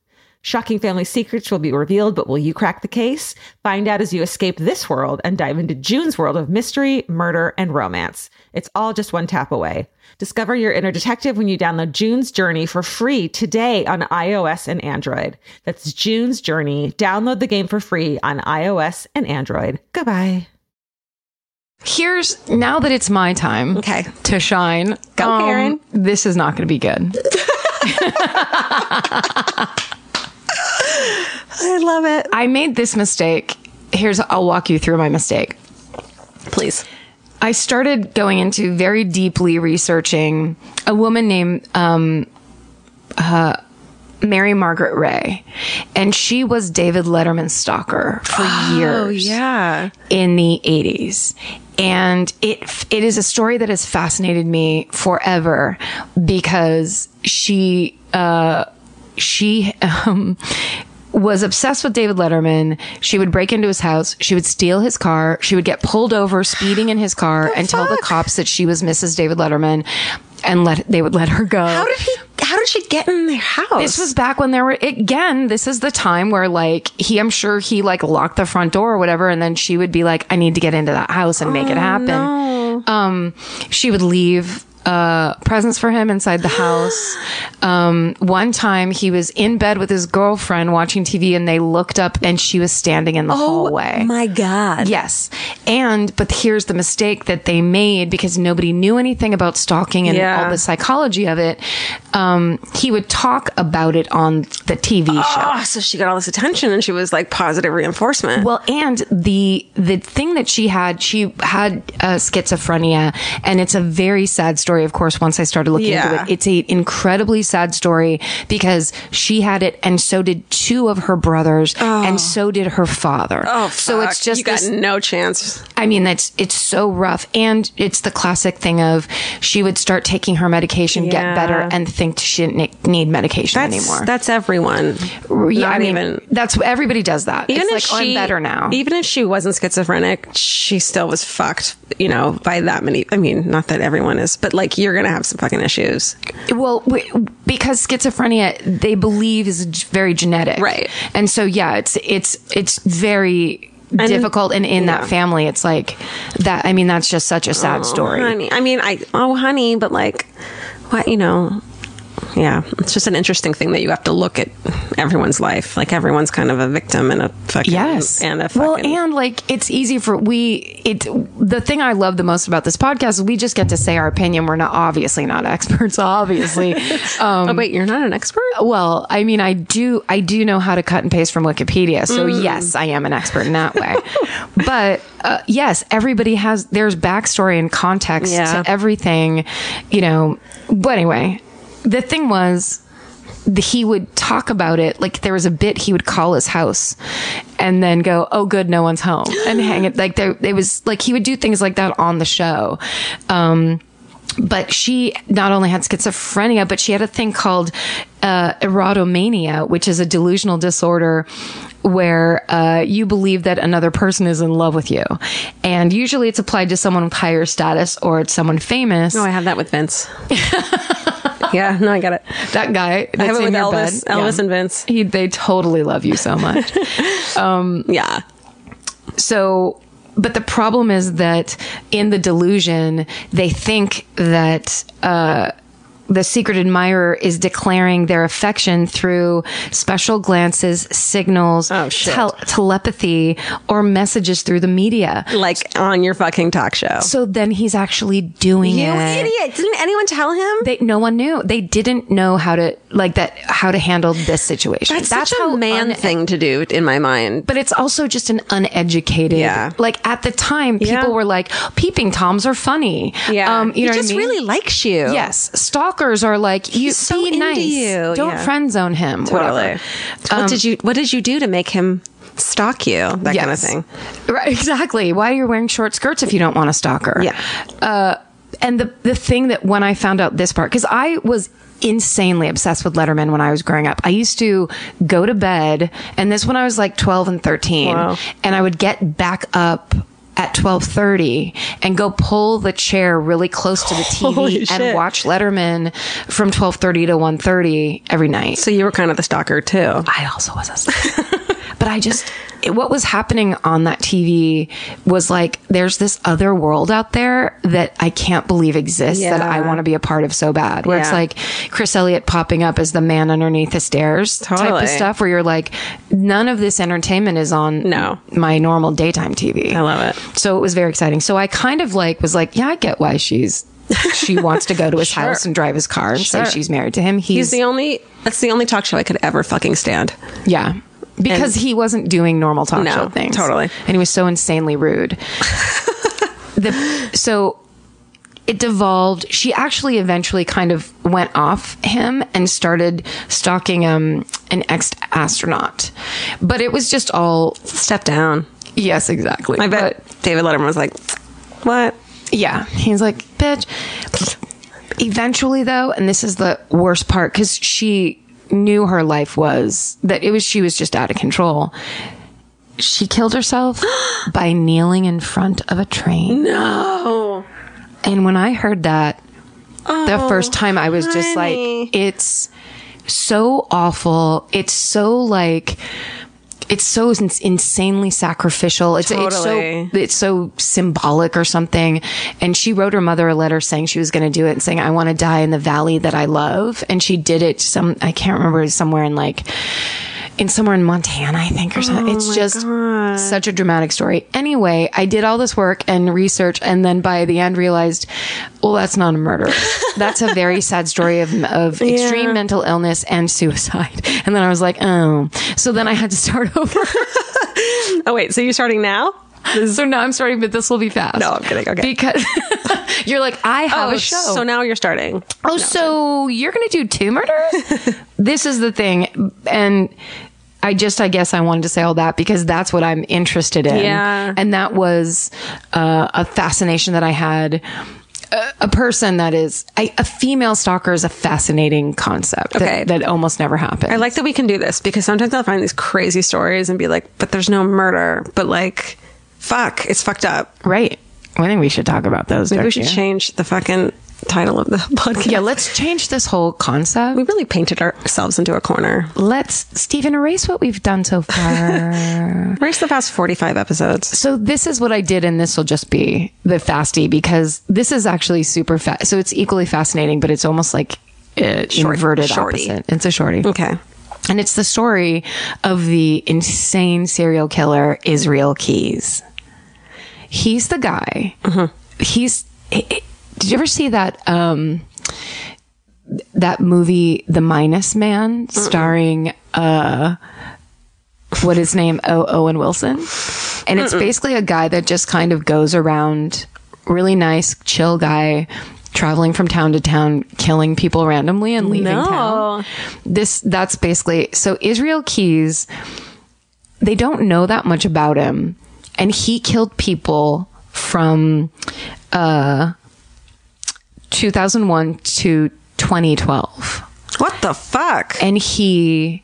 [SPEAKER 2] Shocking family secrets will be revealed, but will you crack the case? Find out as you escape this world and dive into June's world of mystery, murder, and romance. It's all just one tap away. Discover your inner detective when you download June's Journey for free today on iOS and Android. That's June's Journey. Download the game for free on iOS and Android. Goodbye.
[SPEAKER 4] Here's now that it's my time.
[SPEAKER 3] Okay.
[SPEAKER 4] To shine. um,
[SPEAKER 3] Go, Karen.
[SPEAKER 4] This is not going to be good.
[SPEAKER 3] I love it.
[SPEAKER 4] I made this mistake. Here's I'll walk you through my mistake.
[SPEAKER 3] Please.
[SPEAKER 4] I started going into very deeply researching a woman named um, uh, Mary Margaret Ray, and she was David Letterman's stalker for years
[SPEAKER 3] Oh, Yeah.
[SPEAKER 4] in the 80s. And it it is a story that has fascinated me forever because she uh she um was obsessed with David Letterman. She would break into his house. She would steal his car. She would get pulled over speeding in his car and tell the cops that she was Mrs. David Letterman and let they would let her go.
[SPEAKER 3] How did he? How how did she get in their house?
[SPEAKER 4] This was back when there were again. This is the time where like he, I'm sure he like locked the front door or whatever, and then she would be like, "I need to get into that house and make it happen." Um, she would leave uh, presents for him inside
[SPEAKER 3] [GASPS]
[SPEAKER 4] the house. Um, one time he was in bed with his girlfriend watching TV, and they looked up, and she was standing in the hallway.
[SPEAKER 3] Oh my God.
[SPEAKER 4] Yes. And, but here's the mistake that they made because nobody knew anything about stalking and
[SPEAKER 3] Yeah.
[SPEAKER 4] all the psychology of it. Um, he would talk about it on the TV show.
[SPEAKER 3] Oh, so she got all this attention and she was like positive reinforcement.
[SPEAKER 4] Well, and the the thing that she had, she had uh, schizophrenia, and it's a very sad story. Of course, once I started looking
[SPEAKER 3] Yeah.
[SPEAKER 4] into it, it's a incredibly sad story because she had it, and so did two of her brothers, and so did her father. Oh, so
[SPEAKER 3] Oh. Fuck,
[SPEAKER 4] it's just
[SPEAKER 3] you got
[SPEAKER 4] this-
[SPEAKER 3] no chance.
[SPEAKER 4] I mean, that's it's so rough, and it's the classic thing of she would start taking her medication,
[SPEAKER 3] Yeah.
[SPEAKER 4] get better, and think she didn't ne- need medication anymore.
[SPEAKER 3] That's everyone.
[SPEAKER 4] yeah,
[SPEAKER 3] not
[SPEAKER 4] I mean,
[SPEAKER 3] even-
[SPEAKER 4] that's everybody does that. it's like, oh, I'm better now.
[SPEAKER 3] Even if she wasn't schizophrenic, she still was fucked. You know, by that many. I mean, not that everyone is, but like you're gonna have some fucking issues.
[SPEAKER 4] well, w- because schizophrenia, they believe is g- very genetic,
[SPEAKER 3] Right.
[SPEAKER 4] And so, yeah, it's it's it's very. difficult and in that family it's like that i mean that's just such a sad story
[SPEAKER 3] Oh, Honey, I mean, I oh honey, but like, what you know. Yeah, it's just an interesting thing that you have to look at everyone's life. Like everyone's kind of a victim and a fucking
[SPEAKER 4] Yes.
[SPEAKER 3] and a fucking
[SPEAKER 4] well, and like it's easy for we it the thing I love the most about this podcast is we just get to say our opinion. We're not obviously not [LAUGHS] experts,
[SPEAKER 3] [LAUGHS]
[SPEAKER 4] obviously. um
[SPEAKER 3] oh wait, you're not an expert.
[SPEAKER 4] well, I mean, I do, I do know how to cut and paste from Wikipedia. So yes, I am an expert in that way. but uh, yes, everybody has there's backstory and context
[SPEAKER 3] Yeah.
[SPEAKER 4] to everything, you know. But anyway, the thing was. the- He would talk about it like there was a bit he would call his house and then go, Oh, good, no one's home and hang it. Like, there, it was like he would do things like that on the show. Um, but she not only had schizophrenia, but she had a thing called uh, erotomania, which is a delusional disorder where uh, you believe that another person is in love with you. And usually it's applied to someone with higher status or it's someone famous.
[SPEAKER 3] Oh, I have that with
[SPEAKER 4] [LAUGHS]
[SPEAKER 3] Vince. yeah, no, I got it.
[SPEAKER 4] that guy that's
[SPEAKER 3] I have it
[SPEAKER 4] in
[SPEAKER 3] with
[SPEAKER 4] your
[SPEAKER 3] Elvis,
[SPEAKER 4] bed.
[SPEAKER 3] Elvis
[SPEAKER 4] Yeah.
[SPEAKER 3] and Vince.
[SPEAKER 4] He, they totally love you
[SPEAKER 3] [LAUGHS]
[SPEAKER 4] so much.
[SPEAKER 3] Yeah,
[SPEAKER 4] so but the problem is that in the delusion they think that uh the secret admirer is declaring their affection through special glances, signals,
[SPEAKER 3] Oh, shit.
[SPEAKER 4] tel- telepathy, or messages through the media.
[SPEAKER 3] like on your fucking talk show.
[SPEAKER 4] So then he's actually doing
[SPEAKER 3] you
[SPEAKER 4] it.
[SPEAKER 3] idiot! Didn't anyone tell him?
[SPEAKER 4] They, no one knew. They didn't know how to like that. How to handle this situation.
[SPEAKER 3] that's, such a man
[SPEAKER 4] un-
[SPEAKER 3] thing to do in my mind.
[SPEAKER 4] but it's also just an uneducated.
[SPEAKER 3] Yeah.
[SPEAKER 4] Like at the time, people
[SPEAKER 3] Yeah.
[SPEAKER 4] were like, "Peeping toms are funny." Um, you know
[SPEAKER 3] he
[SPEAKER 4] what I
[SPEAKER 3] just
[SPEAKER 4] mean?
[SPEAKER 3] really likes you.
[SPEAKER 4] Yes, stalkers are like you.
[SPEAKER 3] so
[SPEAKER 4] be
[SPEAKER 3] into
[SPEAKER 4] nice.
[SPEAKER 3] you.
[SPEAKER 4] Don't
[SPEAKER 3] Yeah.
[SPEAKER 4] friend zone him.
[SPEAKER 3] totally.
[SPEAKER 4] Whatever. Um,
[SPEAKER 3] what did you What did you do to make him stalk you? That kind of
[SPEAKER 4] Yes.
[SPEAKER 3] thing.
[SPEAKER 4] Right, [LAUGHS] exactly. Why are you wearing short skirts if you don't want a stalker?
[SPEAKER 3] Yeah.
[SPEAKER 4] Uh, and the the thing that when I found out this part, because I was insanely obsessed with Letterman when I was growing up. I used to go to bed, and this when I was like twelve and thirteen, and I would get back up at 12:30 and go pull the chair really close
[SPEAKER 3] [LAUGHS]
[SPEAKER 4] to the TV and watch Letterman from 12:30 to 1:30 every night.
[SPEAKER 3] So you were kind of the stalker too.
[SPEAKER 4] I also was
[SPEAKER 3] [LAUGHS]
[SPEAKER 4] a slut. but I just, it, what was happening on that TV was like, there's this other world out there that I can't believe exists that I want to be a part of so bad. Where it's
[SPEAKER 3] Yeah.
[SPEAKER 4] like Chris Elliott popping up as the man underneath the stairs type
[SPEAKER 3] Totally.
[SPEAKER 4] of stuff where you're like, none of this entertainment is on
[SPEAKER 3] No.
[SPEAKER 4] my normal daytime TV.
[SPEAKER 3] I love it.
[SPEAKER 4] So it was very exciting. So I kind of like was like, yeah, I get why she's she wants to
[SPEAKER 3] [LAUGHS]
[SPEAKER 4] go to his house and drive his car and say she's married to him.
[SPEAKER 3] He's the only. That's the only talk show I could ever fucking stand.
[SPEAKER 4] Yeah. Because he wasn't doing normal talk
[SPEAKER 3] No,
[SPEAKER 4] show things.
[SPEAKER 3] totally.
[SPEAKER 4] And he was so
[SPEAKER 3] [LAUGHS]
[SPEAKER 4] insanely rude. the, so it devolved. She actually eventually kind of went off him and started stalking um, an ex astronaut. But it was just all,
[SPEAKER 3] Step down.
[SPEAKER 4] yes, exactly.
[SPEAKER 3] I bet David Letterman was like, "What?
[SPEAKER 4] Yeah. He's like, bitch. Eventually, though, and this is the worst part because she knew her life was that it was, she was just out of control. She killed herself by kneeling in front of a train. No. And when I heard that, the first time I was just like, it's so awful. It's so like, it's so ins- insanely sacrificial. It's,
[SPEAKER 3] Totally.
[SPEAKER 4] it's so it's so symbolic or something. And she wrote her mother a letter saying she was going to do it and saying I want to die in the valley that I love. And she did it some I can't remember somewhere in like in somewhere in Montana I think or something. it's just such a dramatic story. Anyway, I did all this work and research and then by the end realized, well, that's not a murder. that's a very sad story of of extreme mental illness and suicide. [LAUGHS] And then I was like, oh. So then I had to start [LAUGHS] over.
[SPEAKER 3] Oh wait, so you're starting now?
[SPEAKER 4] So now I'm starting, but this will be fast.
[SPEAKER 3] No, I'm kidding. Okay.
[SPEAKER 4] Because [LAUGHS] you're like, I have
[SPEAKER 3] Oh,
[SPEAKER 4] a show.
[SPEAKER 3] So now you're starting.
[SPEAKER 4] oh, so you're going to do
[SPEAKER 3] [LAUGHS]
[SPEAKER 4] two murders? this is the thing. And I just, I guess I wanted to say all that because that's what I'm interested in.
[SPEAKER 3] Yeah.
[SPEAKER 4] And that was uh, a fascination that I had. A- A person that is a, a female stalker is a fascinating concept that-
[SPEAKER 3] Okay.
[SPEAKER 4] that, almost never happens.
[SPEAKER 3] I like that we can do this because sometimes I'll find these crazy stories and be like, but there's no murder, but like, fuck, it's fucked up.
[SPEAKER 4] right. I think we should talk about those.
[SPEAKER 3] Maybe
[SPEAKER 4] don't
[SPEAKER 3] we should
[SPEAKER 4] you?
[SPEAKER 3] change the fucking title of the [LAUGHS] podcast.
[SPEAKER 4] Yeah, let's change this whole concept.
[SPEAKER 3] We really painted ourselves into a corner.
[SPEAKER 4] let's Stephen erase what we've done
[SPEAKER 3] [LAUGHS]
[SPEAKER 4] so far.
[SPEAKER 3] Erase the past 45 episodes.
[SPEAKER 4] so this is what I did, and this will just be the fasty because this is actually super fast. So it's equally fascinating, but it's almost like uh, inverted
[SPEAKER 3] shorty.
[SPEAKER 4] opposite. It's a shorty.
[SPEAKER 3] Okay.
[SPEAKER 4] And it's the story of the insane serial killer Israel Keys. He's the guy.
[SPEAKER 3] Mm-hmm.
[SPEAKER 4] He's. eh, eh, Did you ever see that? Um, that movie, The Minus Man, starring uh, what is name? Oh, Owen Wilson. And it's basically a guy that just kind of goes around, really nice, chill guy, traveling from town to town, killing people randomly and leaving town. This that's basically so Israel Keys. They don't know that much about him, and he killed people from uh, 2001 to 2012
[SPEAKER 3] What the fuck?
[SPEAKER 4] and he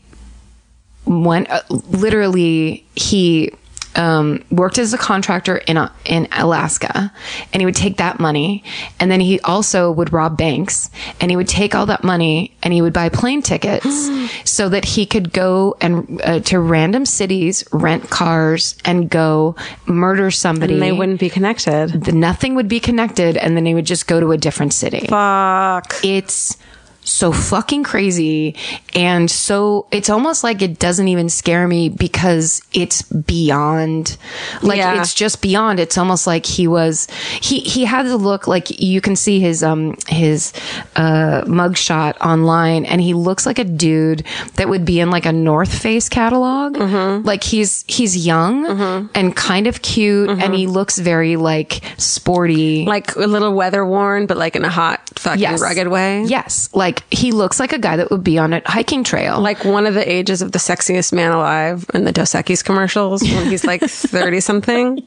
[SPEAKER 4] went uh, literally he um, worked as a contractor in uh, in Alaska, and he would take that money, and then he also would rob banks, and he would take all that money, and he would buy
[SPEAKER 3] [GASPS]
[SPEAKER 4] plane tickets so that he could go and uh, to random cities, rent cars, and go murder somebody.
[SPEAKER 3] And they wouldn't be connected.
[SPEAKER 4] The- Nothing would be connected, and then he would just go to a different city
[SPEAKER 3] Fuck.
[SPEAKER 4] it's so fucking crazy and so it's almost like it doesn't even scare me because it's beyond like
[SPEAKER 3] Yeah.
[SPEAKER 4] it's just beyond it's almost like he was he he had the look like you can see his um his uh mugshot online and he looks like a dude that would be in like a north face catalog
[SPEAKER 3] Mm-hmm.
[SPEAKER 4] like he's he's young and kind of cute and he looks very like sporty
[SPEAKER 3] Mm-hmm. Like a little weather worn, but like in a hot, fucking rugged way.
[SPEAKER 4] Yes. Like he looks like a guy that would be on a hiking trail.
[SPEAKER 3] Like one of the ages of the sexiest man alive in the Dos Equis commercials when he's [LAUGHS] like 30 something.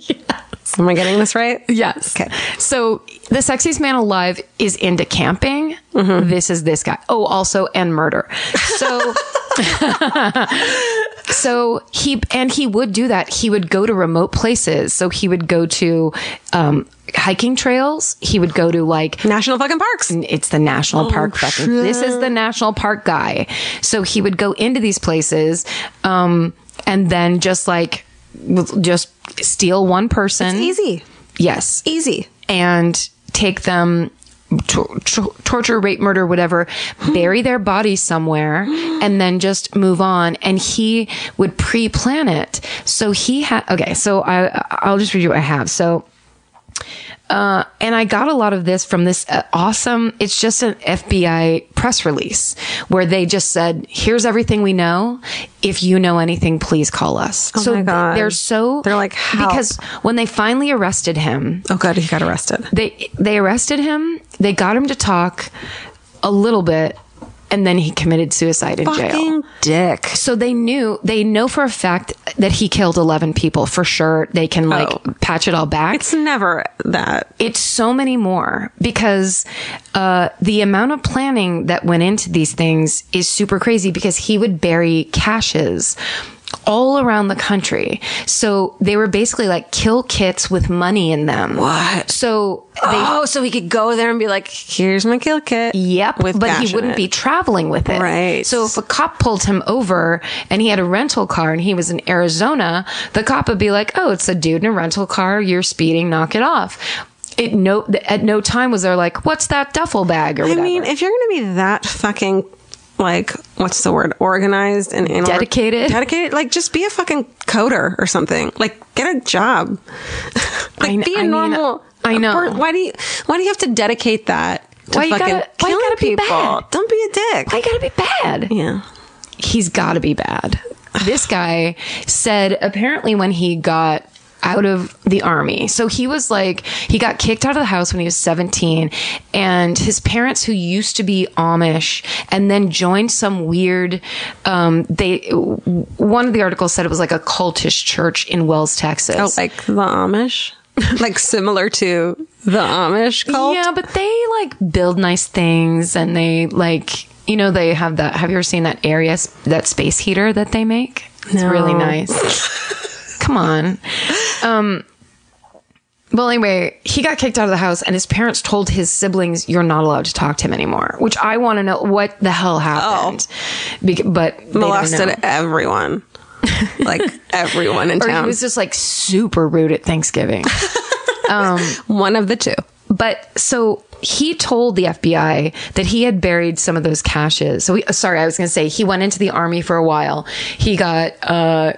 [SPEAKER 3] Am I getting this right?
[SPEAKER 4] yes. Okay. So the sexiest man alive is into camping.
[SPEAKER 3] Mm-hmm.
[SPEAKER 4] This is this guy. Oh, also and murder. So [LAUGHS] so he and he would do that. He would go to remote places. So he would go to um hiking trails. He would go to like
[SPEAKER 3] National fucking parks. Oh,
[SPEAKER 4] it's the national park fucking this is the national park guy so he would go into these places um and then just like w- just steal one person
[SPEAKER 3] Easy.
[SPEAKER 4] yes
[SPEAKER 3] Easy.
[SPEAKER 4] and take them tor- tor- torture rape murder whatever
[SPEAKER 3] Hmm.
[SPEAKER 4] bury their body somewhere and then just move on and he would pre-plan it so he had okay so i i'll just read you what i have so uh, and I got a lot of this from this uh, awesome, it's just an FBI press release where they just said, here's everything we know. If you know anything, please call us. so
[SPEAKER 3] Oh my God.
[SPEAKER 4] they're so,
[SPEAKER 3] They're like, "Help."
[SPEAKER 4] because when they finally arrested him,
[SPEAKER 3] Oh, good. He got arrested.
[SPEAKER 4] they they arrested him. They got him to talk a little bit, and then he committed suicide in jail.
[SPEAKER 3] Fucking dick.
[SPEAKER 4] So they knew they know for a fact that he killed eleven people for sure. They can like
[SPEAKER 3] Oh.
[SPEAKER 4] patch it all back.
[SPEAKER 3] It's never that.
[SPEAKER 4] it's so many more because uh, the amount of planning that went into these things is super crazy because he would bury caches all around the country. So they were basically like kill kits with money in them.
[SPEAKER 3] What?
[SPEAKER 4] So
[SPEAKER 3] oh, so he could go there and be like, "Here's my kill kit."
[SPEAKER 4] Yep.
[SPEAKER 3] With
[SPEAKER 4] but
[SPEAKER 3] cash
[SPEAKER 4] he
[SPEAKER 3] in
[SPEAKER 4] wouldn't
[SPEAKER 3] it.
[SPEAKER 4] be traveling with it.
[SPEAKER 3] Right.
[SPEAKER 4] So if a cop pulled him over and he had a rental car and he was in Arizona, the cop would be like, "Oh, it's a dude in a rental car. You're speeding. Knock it off." It no at no time was there like, "What's that duffel bag?" or
[SPEAKER 3] I
[SPEAKER 4] whatever.
[SPEAKER 3] mean, if you're going to be that fucking like what's the word organized and anal-
[SPEAKER 4] Dedicated.
[SPEAKER 3] dedicated like just be a fucking coder or something like get a job [LAUGHS] like
[SPEAKER 4] kn-
[SPEAKER 3] be a
[SPEAKER 4] I mean,
[SPEAKER 3] normal
[SPEAKER 4] I know.
[SPEAKER 3] per- why do you why do you have to dedicate that to
[SPEAKER 4] Why you
[SPEAKER 3] fucking
[SPEAKER 4] gotta- why you
[SPEAKER 3] killing
[SPEAKER 4] gotta be
[SPEAKER 3] people
[SPEAKER 4] bad?
[SPEAKER 3] don't be a dick
[SPEAKER 4] I gotta be bad.
[SPEAKER 3] yeah
[SPEAKER 4] he's got to be bad. This guy said apparently when he got out of the army. So he was like, he got kicked out of the house when he was 17. And his parents, who used to be Amish and then joined some weird, um, they, one of the articles said it was like a cultish church in Wells, Texas.
[SPEAKER 3] oh like the Amish [LAUGHS] like similar to the Amish cult
[SPEAKER 4] Yeah, but they like build nice things and they like, you know, they have that. Have you ever seen that area, s- that space heater that they make? It's really nice. Come on. Um, well, anyway, he got kicked out of the house and his parents told his siblings, You're not allowed to talk to him anymore, which I want to know what the hell happened. Bec- but they don't know.
[SPEAKER 3] molested everyone
[SPEAKER 4] [LAUGHS]
[SPEAKER 3] like everyone in
[SPEAKER 4] Or
[SPEAKER 3] town
[SPEAKER 4] he was just like super rude
[SPEAKER 3] [LAUGHS]
[SPEAKER 4] at Thanksgiving. Um,
[SPEAKER 3] one of the two
[SPEAKER 4] But so he told the FBI that he had buried some of those caches. So he, sorry, I was going to say he went into the army for a while. He got uh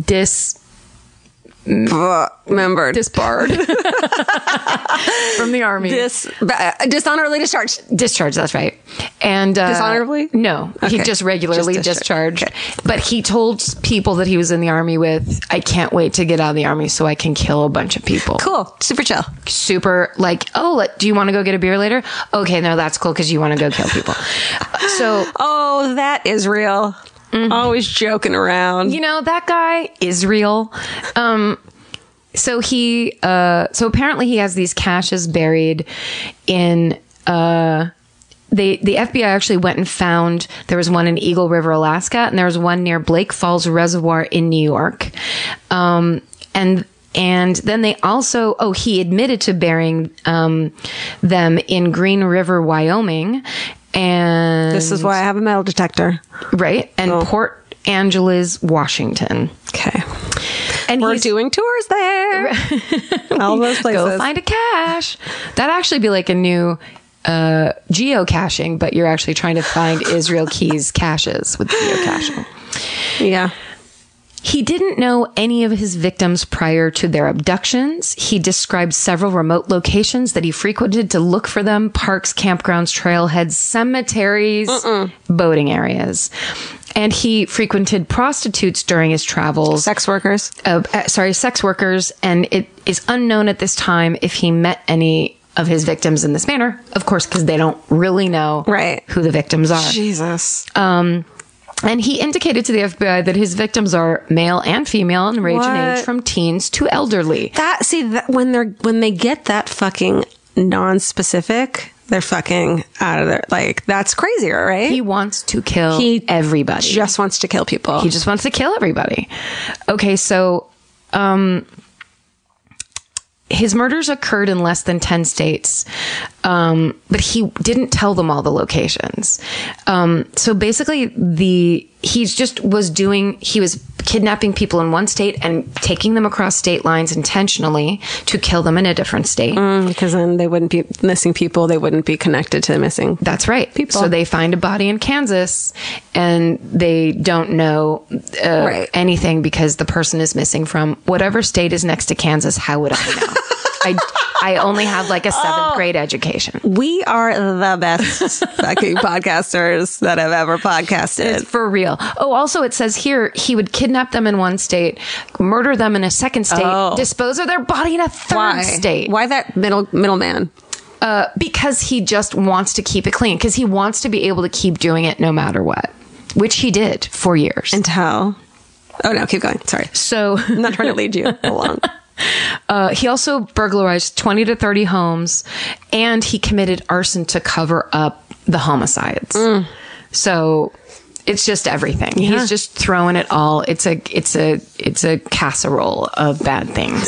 [SPEAKER 4] dis
[SPEAKER 3] remembered
[SPEAKER 4] disbarred from the army.
[SPEAKER 3] this uh, dishonorably discharged.
[SPEAKER 4] discharged, that's right. And uh,
[SPEAKER 3] Dishonorably?
[SPEAKER 4] No, he
[SPEAKER 3] Okay.
[SPEAKER 4] just regularly
[SPEAKER 3] Just discharged.
[SPEAKER 4] discharged. But he told people that he was in the army with, "I can't wait to get out of the army so I can kill a bunch of people."
[SPEAKER 3] Cool, super chill.
[SPEAKER 4] super like, oh, let, do you want to go get a beer later? Okay, no, that's cool because you want to go kill people. so,
[SPEAKER 3] Oh, that is real. Always joking around.
[SPEAKER 4] you know, that guy is real. Um, so he, uh, so apparently he has these caches buried in, uh, they, the FBI actually went and found there was one in Eagle River, Alaska, and there was one near Blake Falls Reservoir in New York. Um, and and then they also oh he admitted to burying um, them in Green River, Wyoming, and
[SPEAKER 3] this is oh. why I have a metal detector.
[SPEAKER 4] right and Port Angeles, Washington.
[SPEAKER 3] Okay,
[SPEAKER 4] And
[SPEAKER 3] we're
[SPEAKER 4] he's-
[SPEAKER 3] doing tours there. [LAUGHS] All those places.
[SPEAKER 4] Go find a cache. That'd actually be like a new uh, geocaching, but you're actually trying to find Israel Keys caches with geocaching.
[SPEAKER 3] yeah.
[SPEAKER 4] He didn't know any of his victims prior to their abductions. He described several remote locations that he frequented to look for them parks, campgrounds, trailheads, cemeteries, boating areas. And he frequented prostitutes during his travels
[SPEAKER 3] Sex workers.
[SPEAKER 4] uh, uh, sorry, sex workers, and it is unknown at this time if he met any of his victims in this manner. Of course, because they don't really know
[SPEAKER 3] Right.
[SPEAKER 4] who the victims are.
[SPEAKER 3] Jesus.
[SPEAKER 4] Um, and he indicated to the FBI that his victims are male and female in range and
[SPEAKER 3] What?
[SPEAKER 4] age from teens to elderly.
[SPEAKER 3] That see that when they're when they get that fucking non-specific, they're fucking out of there. Like that's crazier, right?
[SPEAKER 4] He wants to kill
[SPEAKER 3] He
[SPEAKER 4] everybody.
[SPEAKER 3] just wants to kill people.
[SPEAKER 4] He just wants to kill everybody. Okay, so um his murders occurred in less than 10 states. Um but he didn't tell them all the locations. Um so basically the he's just was doing he was kidnapping people in one state and taking them across state lines intentionally to kill them in a different state.
[SPEAKER 3] because Mm, then they wouldn't be missing people. They wouldn't be connected to the missing.
[SPEAKER 4] That's right.
[SPEAKER 3] People.
[SPEAKER 4] So they find a body in Kansas and they don't know uh,
[SPEAKER 3] Right.
[SPEAKER 4] anything because the person is missing from whatever state is next to Kansas. How would I
[SPEAKER 3] [LAUGHS]
[SPEAKER 4] know? I, I only have like a seventh
[SPEAKER 3] Oh.
[SPEAKER 4] grade education.
[SPEAKER 3] We are the best fucking podcasters that have ever podcasted.
[SPEAKER 4] For real. Oh, also, it says here he would kidnap them in one state, murder them in a second state, dispose of their body in a third state.
[SPEAKER 3] Oh. Why that middle middleman?
[SPEAKER 4] Uh, because he just wants to keep it clean, because he wants to be able to keep doing it no matter what, which he did for years.
[SPEAKER 3] Until oh no, keep going. Sorry,
[SPEAKER 4] [LAUGHS] so.
[SPEAKER 3] I'm not trying to lead [LAUGHS] you along.
[SPEAKER 4] Uh, he also burglarized 20 to 30 homes
[SPEAKER 3] Mm.
[SPEAKER 4] and he committed arson to cover up the homicides. So it's just everything. He's just throwing it all. It's a it's a it's a casserole of bad
[SPEAKER 3] [LAUGHS]
[SPEAKER 4] things.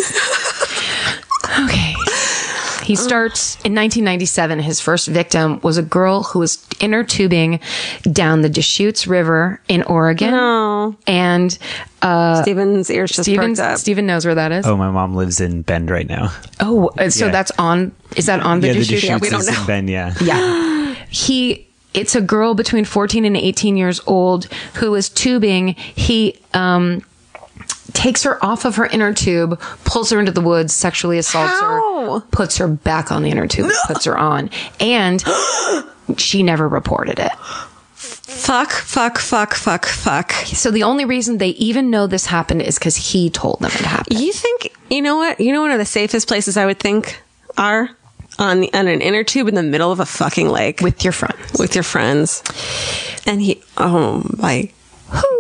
[SPEAKER 4] okay. He starts in 1997. His first victim was a girl who was inner tubing down the Deschutes River in Oregon, and uh,
[SPEAKER 3] Steven's ears just
[SPEAKER 4] Steven
[SPEAKER 3] perked up.
[SPEAKER 4] Steven knows where that is.
[SPEAKER 5] Oh, my mom lives in Bend right now.
[SPEAKER 4] Oh, uh, so
[SPEAKER 5] Yeah.
[SPEAKER 4] that's on. Is that on the
[SPEAKER 5] Yeah, the
[SPEAKER 4] Deschutes?
[SPEAKER 5] Deschutes
[SPEAKER 3] Yeah, we don't
[SPEAKER 5] is in
[SPEAKER 3] know.
[SPEAKER 5] Bend. Yeah,
[SPEAKER 4] Yeah. He it's a girl between 14 and 18 years old who is tubing. He um takes her off of her inner tube, pulls her into the woods, sexually assaults her, puts her back on the inner tube, puts her on, and she never reported it.
[SPEAKER 3] Fuck, fuck, fuck, fuck, fuck.
[SPEAKER 4] So the only reason they even know this happened is cuz he told them it happened.
[SPEAKER 3] You think you know what? You know one of the safest places I would think are on the, on an inner tube in the middle of a fucking lake with
[SPEAKER 4] With your friends.
[SPEAKER 3] with your friends. And he, oh my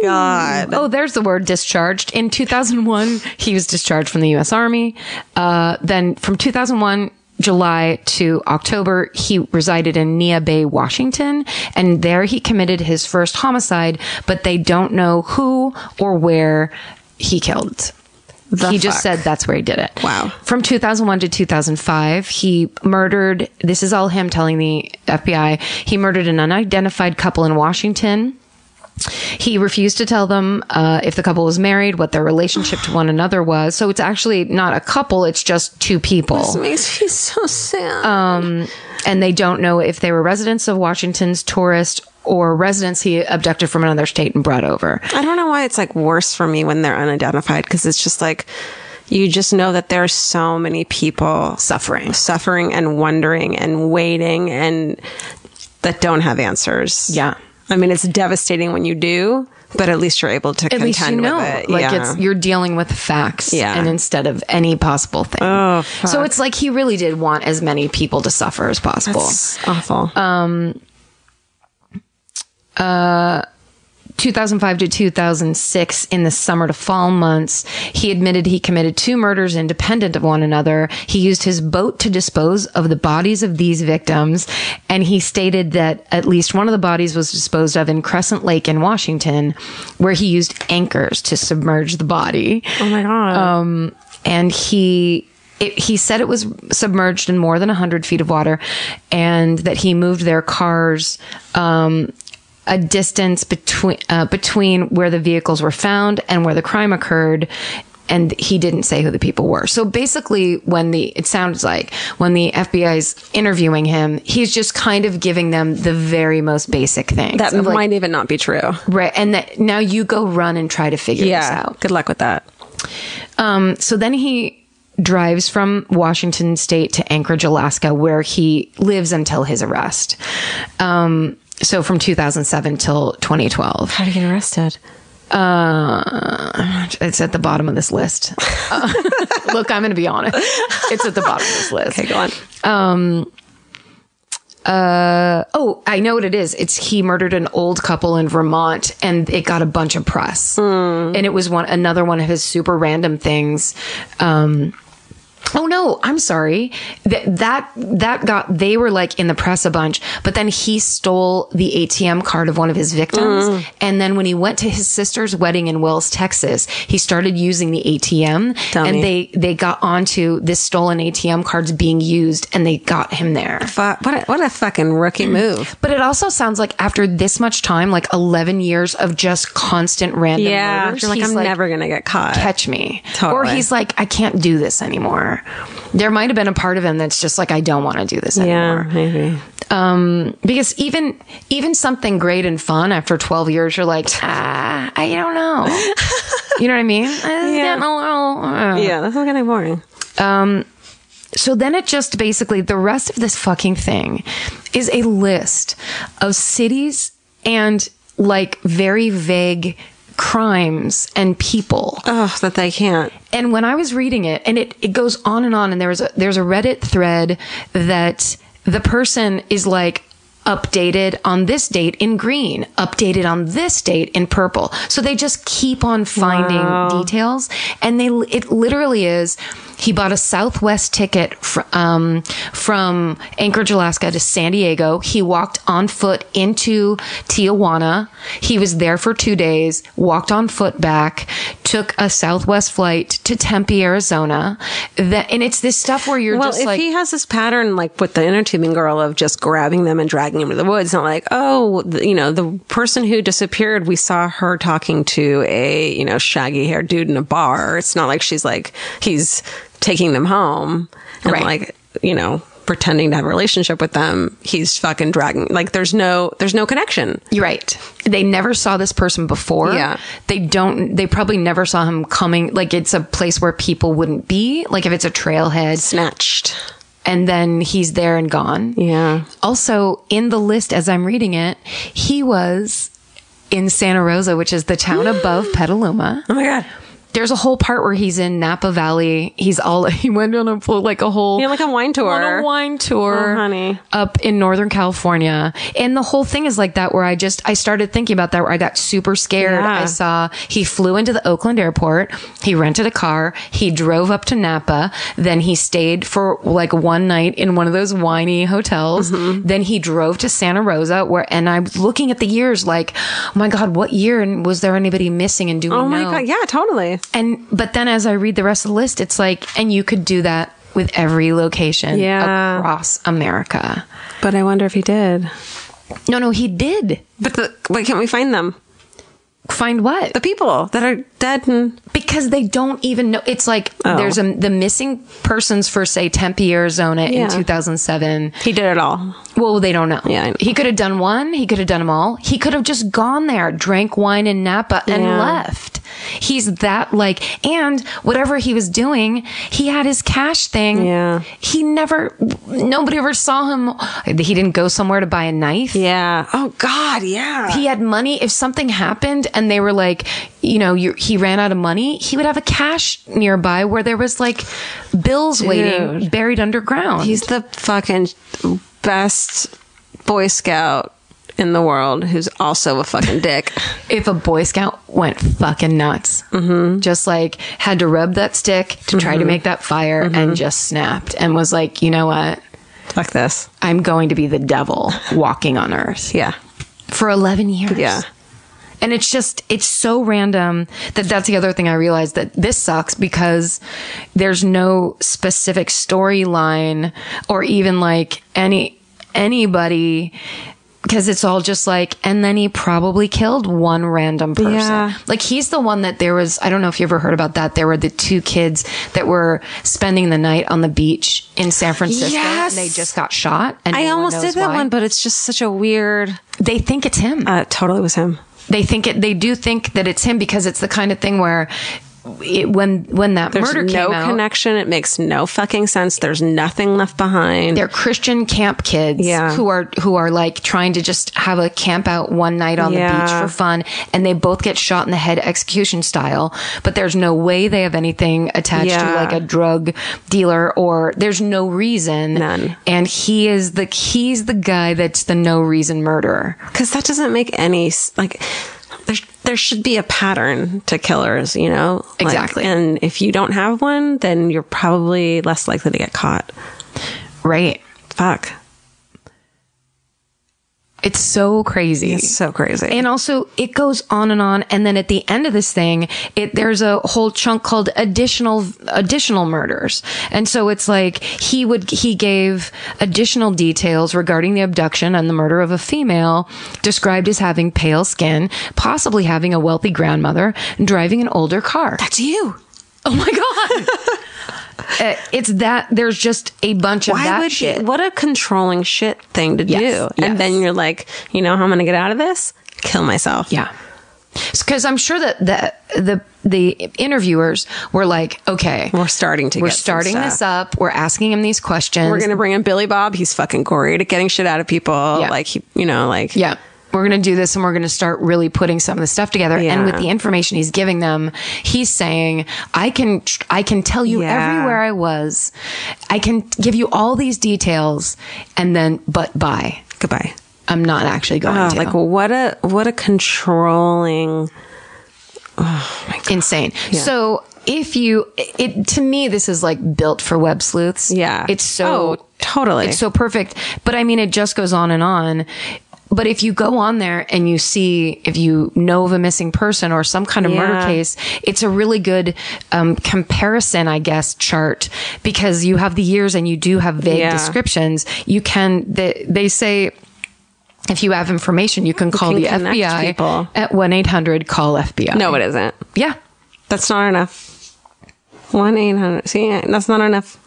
[SPEAKER 3] god,
[SPEAKER 4] Oh, there's the word discharged. In 2001, he was discharged from the U.S. Army. Uh, then from 2001, July to October, he resided in Nia Bay, Washington, and there he committed his first homicide, but they don't know who or where he killed. he just
[SPEAKER 3] fuck?
[SPEAKER 4] said that's where he did it.
[SPEAKER 3] Wow.
[SPEAKER 4] From 2001 to 2005, he murdered, this is all him telling the FBI, he murdered an unidentified couple in Washington. He refused to tell them uh, if the couple was married, what their relationship to one another was. So it's actually not a couple, it's just two people. Um,
[SPEAKER 3] makes me so sad.
[SPEAKER 4] And they don't know if they were residents of Washington's tourist or residents he abducted from another state and brought over.
[SPEAKER 3] I don't know why it's like worse for me when they're unidentified because it's just like you just know that there are so many people
[SPEAKER 4] Suffering.
[SPEAKER 3] suffering and wondering and waiting and that don't have answers.
[SPEAKER 4] Yeah.
[SPEAKER 3] I mean, it's devastating when you do, but at least you're able to
[SPEAKER 4] At
[SPEAKER 3] contend
[SPEAKER 4] least you know.
[SPEAKER 3] with it.
[SPEAKER 4] Like
[SPEAKER 3] yeah.
[SPEAKER 4] it's you're dealing with facts
[SPEAKER 3] Yeah.
[SPEAKER 4] and instead of any possible thing. so it's like he really did want as many people to suffer as possible.
[SPEAKER 3] It's awful.
[SPEAKER 4] 2005 to 2006 in the summer to fall months he admitted he committed two murders independent of one another he used his boat to dispose of the bodies of these victims and he stated that at least one of the bodies was disposed of in crescent lake in washington where he used anchors to submerge the body
[SPEAKER 3] oh my god.
[SPEAKER 4] and he it, he said it was submerged in more than 100 feet of water and that he moved their cars um, a distance between uh, between where the vehicles were found and where the crime occurred and he didn't say who the people were. So basically when the it sounds like when the FBI's interviewing him, he's just kind of giving them the very most basic thing.
[SPEAKER 3] that might even not be true.
[SPEAKER 4] right and that now you go run and try to figure this out.
[SPEAKER 3] Good luck with that.
[SPEAKER 4] Um, so then he drives from Washington state to Anchorage, Alaska, where he lives until his arrest. Um, so from 2007 till 2012.
[SPEAKER 3] How to get arrested?
[SPEAKER 4] Uh, it's at the bottom of this list. Uh, [LAUGHS] look, I'm going to be honest. It's at the bottom of this list. Um,
[SPEAKER 3] Okay, go on.
[SPEAKER 4] Oh, I know what it is. It's he murdered an old couple in Vermont and it got a bunch of press. And it was one another one of his super random things. Um Oh no, I'm sorry. That that that got they were like in the press a bunch, but then he stole the ATM card of one of his victims
[SPEAKER 3] Mm.
[SPEAKER 4] and then when he went to his sister's wedding in Wells, Texas, he started using the ATM and they they got onto this stolen ATM cards being used and they got him there.
[SPEAKER 3] Fu- What a, what a fucking rookie move.
[SPEAKER 4] But it also sounds like after this much time, like 11 years of just constant random murders,
[SPEAKER 3] You're like,
[SPEAKER 4] he's
[SPEAKER 3] I'm never going to get caught.
[SPEAKER 4] catch me. Or
[SPEAKER 3] Totally.
[SPEAKER 4] he's like, I can't do this anymore. There might have been a part of him that's just like, I don't want to do this
[SPEAKER 3] yeah,
[SPEAKER 4] anymore.
[SPEAKER 3] maybe.
[SPEAKER 4] Um, because even even something great and fun after 12 years, you're like, ah, I
[SPEAKER 3] [LAUGHS]
[SPEAKER 4] don't know. you know what I mean? Uh, yeah.
[SPEAKER 3] Yeah, this is getting boring.
[SPEAKER 4] So then it just basically the rest of this fucking thing is a list of cities and like very vague crimes and people.
[SPEAKER 3] Oh, that they can't.
[SPEAKER 4] And when I was reading it, and it, it goes on and on, and there was a, there's a Reddit thread that the person is like, updated on this date in green, updated on this date in purple. So they just keep on finding details, and they it literally is. He bought a Southwest ticket fr- um, from Anchorage, Alaska to San Diego. He walked on foot into Tijuana. He was there for two days, walked on foot back, took a Southwest flight to Tempe, Arizona. That, and it's this stuff where you're
[SPEAKER 3] Well,
[SPEAKER 4] just
[SPEAKER 3] if
[SPEAKER 4] like,
[SPEAKER 3] he has this pattern, like with the inner tubing girl, of just grabbing them and dragging them to the woods, and like, oh, the, you know, the person who disappeared, we saw her talking to a, you know, shaggy haired dude in a bar. It's not like she's like, he's taking them home and
[SPEAKER 4] Right.
[SPEAKER 3] like, you know, pretending to have a relationship with them. He's fucking dragging, like, there's no, there's no connection.
[SPEAKER 4] You're right. They never saw this person before.
[SPEAKER 3] Yeah.
[SPEAKER 4] They don't, they probably never saw him coming. Like it's a place where people wouldn't be. Like if it's a trailhead
[SPEAKER 3] Snatched.
[SPEAKER 4] and then he's there and gone.
[SPEAKER 3] Yeah.
[SPEAKER 4] Also, in the list as I'm reading it, he was in Santa Rosa, which is the town above Petaluma.
[SPEAKER 3] Oh my God.
[SPEAKER 4] There's a whole part where he's in Napa Valley. He's all, [LAUGHS] he went on a, like a whole,
[SPEAKER 3] Yeah, like a wine tour.
[SPEAKER 4] on a wine tour,
[SPEAKER 3] Oh, honey.
[SPEAKER 4] up in Northern California. And the whole thing is like that, where I just I started thinking about that, where I got super scared.
[SPEAKER 3] Yeah.
[SPEAKER 4] I saw he flew into the Oakland airport, he rented a car, he drove up to Napa, then he stayed for like one night in one of those whiny hotels.
[SPEAKER 3] Mm-hmm.
[SPEAKER 4] Then he drove to Santa Rosa, where and I was looking at the years, like, oh my god, what year and was there anybody missing? And do we
[SPEAKER 3] Oh my
[SPEAKER 4] know?
[SPEAKER 3] God. Yeah, totally.
[SPEAKER 4] And but then as I read the rest of the list, it's like, and you could do that with every location
[SPEAKER 3] Yeah.
[SPEAKER 4] across America.
[SPEAKER 3] But I wonder if he did.
[SPEAKER 4] No, no, he did
[SPEAKER 3] But the, why can't we find them?
[SPEAKER 4] find what
[SPEAKER 3] The people that are dead and
[SPEAKER 4] because they don't even know. It's like
[SPEAKER 3] Oh.
[SPEAKER 4] there's a, the missing persons for say Tempe, Arizona
[SPEAKER 3] Yeah.
[SPEAKER 4] in 2007.
[SPEAKER 3] he did it all.
[SPEAKER 4] Well, they don't know.
[SPEAKER 3] Yeah, I know.
[SPEAKER 4] he could have done one. He could have done them all. He could have just gone there, drank wine in Napa, and
[SPEAKER 3] Yeah.
[SPEAKER 4] left. He's that like, and whatever he was doing, he had his cash thing.
[SPEAKER 3] Yeah.
[SPEAKER 4] He never, nobody ever saw him. He didn't go somewhere to buy a knife.
[SPEAKER 3] Yeah. Oh God. Yeah.
[SPEAKER 4] He had money. If something happened and they were like, you know, you, he ran out of money, he would have a cash nearby where there was like bills waiting buried underground.
[SPEAKER 3] He's the fucking best Boy Scout in the world, who's also a fucking dick.
[SPEAKER 4] if a Boy Scout went fucking nuts, just like had to rub that stick to try to make that fire and just snapped and was like, you know what?
[SPEAKER 3] [LAUGHS] Fuck this.
[SPEAKER 4] I'm going to be the devil walking on earth
[SPEAKER 3] Yeah.
[SPEAKER 4] for 11 years.
[SPEAKER 3] Yeah.
[SPEAKER 4] And it's just, it's so random that that's the other thing I realized that this sucks because there's no specific storyline or even like any, anybody. Because it's all just like, and then he probably killed one random person.
[SPEAKER 3] Yeah.
[SPEAKER 4] Like he's the one that there was, I don't know if you ever heard about that. There were the two kids that were spending the night on the beach in San Francisco.
[SPEAKER 3] Yes.
[SPEAKER 4] And they just got shot. And
[SPEAKER 3] I
[SPEAKER 4] no one
[SPEAKER 3] almost
[SPEAKER 4] knows
[SPEAKER 3] did that
[SPEAKER 4] why.
[SPEAKER 3] one, but it's just such a weird.
[SPEAKER 4] They think it's him
[SPEAKER 3] Uh, it totally was him.
[SPEAKER 4] they think it they do think that it's him because it's the kind of thing where it, when when that
[SPEAKER 3] There's
[SPEAKER 4] murder
[SPEAKER 3] no
[SPEAKER 4] came out
[SPEAKER 3] connection. It makes no fucking sense. There's nothing left behind.
[SPEAKER 4] they're Christian camp kids
[SPEAKER 3] Yeah.
[SPEAKER 4] who are who are like trying to just have a camp out one night on the beach
[SPEAKER 3] Yeah.
[SPEAKER 4] for fun and they both get shot in the head execution style but there's no way they have anything attached to
[SPEAKER 3] Yeah.
[SPEAKER 4] like a drug dealer or there's no reason
[SPEAKER 3] None.
[SPEAKER 4] and he is the he's the guy that's the no reason murderer
[SPEAKER 3] because that doesn't make any s- like there, there should be a pattern to killers you know Like,
[SPEAKER 4] Exactly.
[SPEAKER 3] and if you don't have one then you're probably less likely to get caught
[SPEAKER 4] right
[SPEAKER 3] fuck
[SPEAKER 4] it's so crazy
[SPEAKER 3] it's so crazy
[SPEAKER 4] And also, it goes on and on. And then at the end of this thing, it there's a whole chunk called additional additional murders. And so it's like he would he gave additional details regarding the abduction and the murder of a female, described as having pale skin, possibly having a wealthy grandmother, and driving an older car.
[SPEAKER 3] that's you
[SPEAKER 4] oh my god! [LAUGHS] Uh, it's that there's just a bunch of
[SPEAKER 3] why
[SPEAKER 4] that
[SPEAKER 3] would
[SPEAKER 4] shit.
[SPEAKER 3] you what a controlling shit thing to
[SPEAKER 4] Yes,
[SPEAKER 3] do
[SPEAKER 4] yes.
[SPEAKER 3] and then you're like you know how i'm gonna get out of this kill myself
[SPEAKER 4] Yeah. Because I'm sure that the the the interviewers were like, okay,
[SPEAKER 3] We're starting to
[SPEAKER 4] we're
[SPEAKER 3] get some
[SPEAKER 4] starting
[SPEAKER 3] stuff.
[SPEAKER 4] this up. We're asking him these questions.
[SPEAKER 3] we're gonna bring in billy bob he's fucking great at getting shit out of people
[SPEAKER 4] Yeah.
[SPEAKER 3] like he, you know like
[SPEAKER 4] yeah, we're gonna do this, and we're gonna start really putting some of the stuff together. And with
[SPEAKER 3] Yeah.
[SPEAKER 4] the information he's giving them, he's saying, I can tr- I can tell you
[SPEAKER 3] Yeah.
[SPEAKER 4] everywhere I was, I can give you all these details, and then but bye.
[SPEAKER 3] goodbye
[SPEAKER 4] I'm not actually going
[SPEAKER 3] Oh,
[SPEAKER 4] to.
[SPEAKER 3] like what a what a controlling.
[SPEAKER 4] insane. So if you, it to me, this is like built for web sleuths.
[SPEAKER 3] Yeah.
[SPEAKER 4] it's so
[SPEAKER 3] Oh, totally.
[SPEAKER 4] it's so perfect. But I mean, it just goes on and on. But if you go on there and you see, if you know of a missing person or some kind of murder
[SPEAKER 3] Yeah.
[SPEAKER 4] case, it's a really good um, comparison, I guess, chart because you have the years and you do have vague
[SPEAKER 3] Yeah.
[SPEAKER 4] descriptions. You can, they, they say, if you have information, you can call
[SPEAKER 3] can
[SPEAKER 4] the
[SPEAKER 3] connect
[SPEAKER 4] FBI
[SPEAKER 3] people.
[SPEAKER 4] at 1 800 call FBI.
[SPEAKER 3] No, it isn't.
[SPEAKER 4] Yeah.
[SPEAKER 3] That's not enough. One eight hundred. See, that's not enough.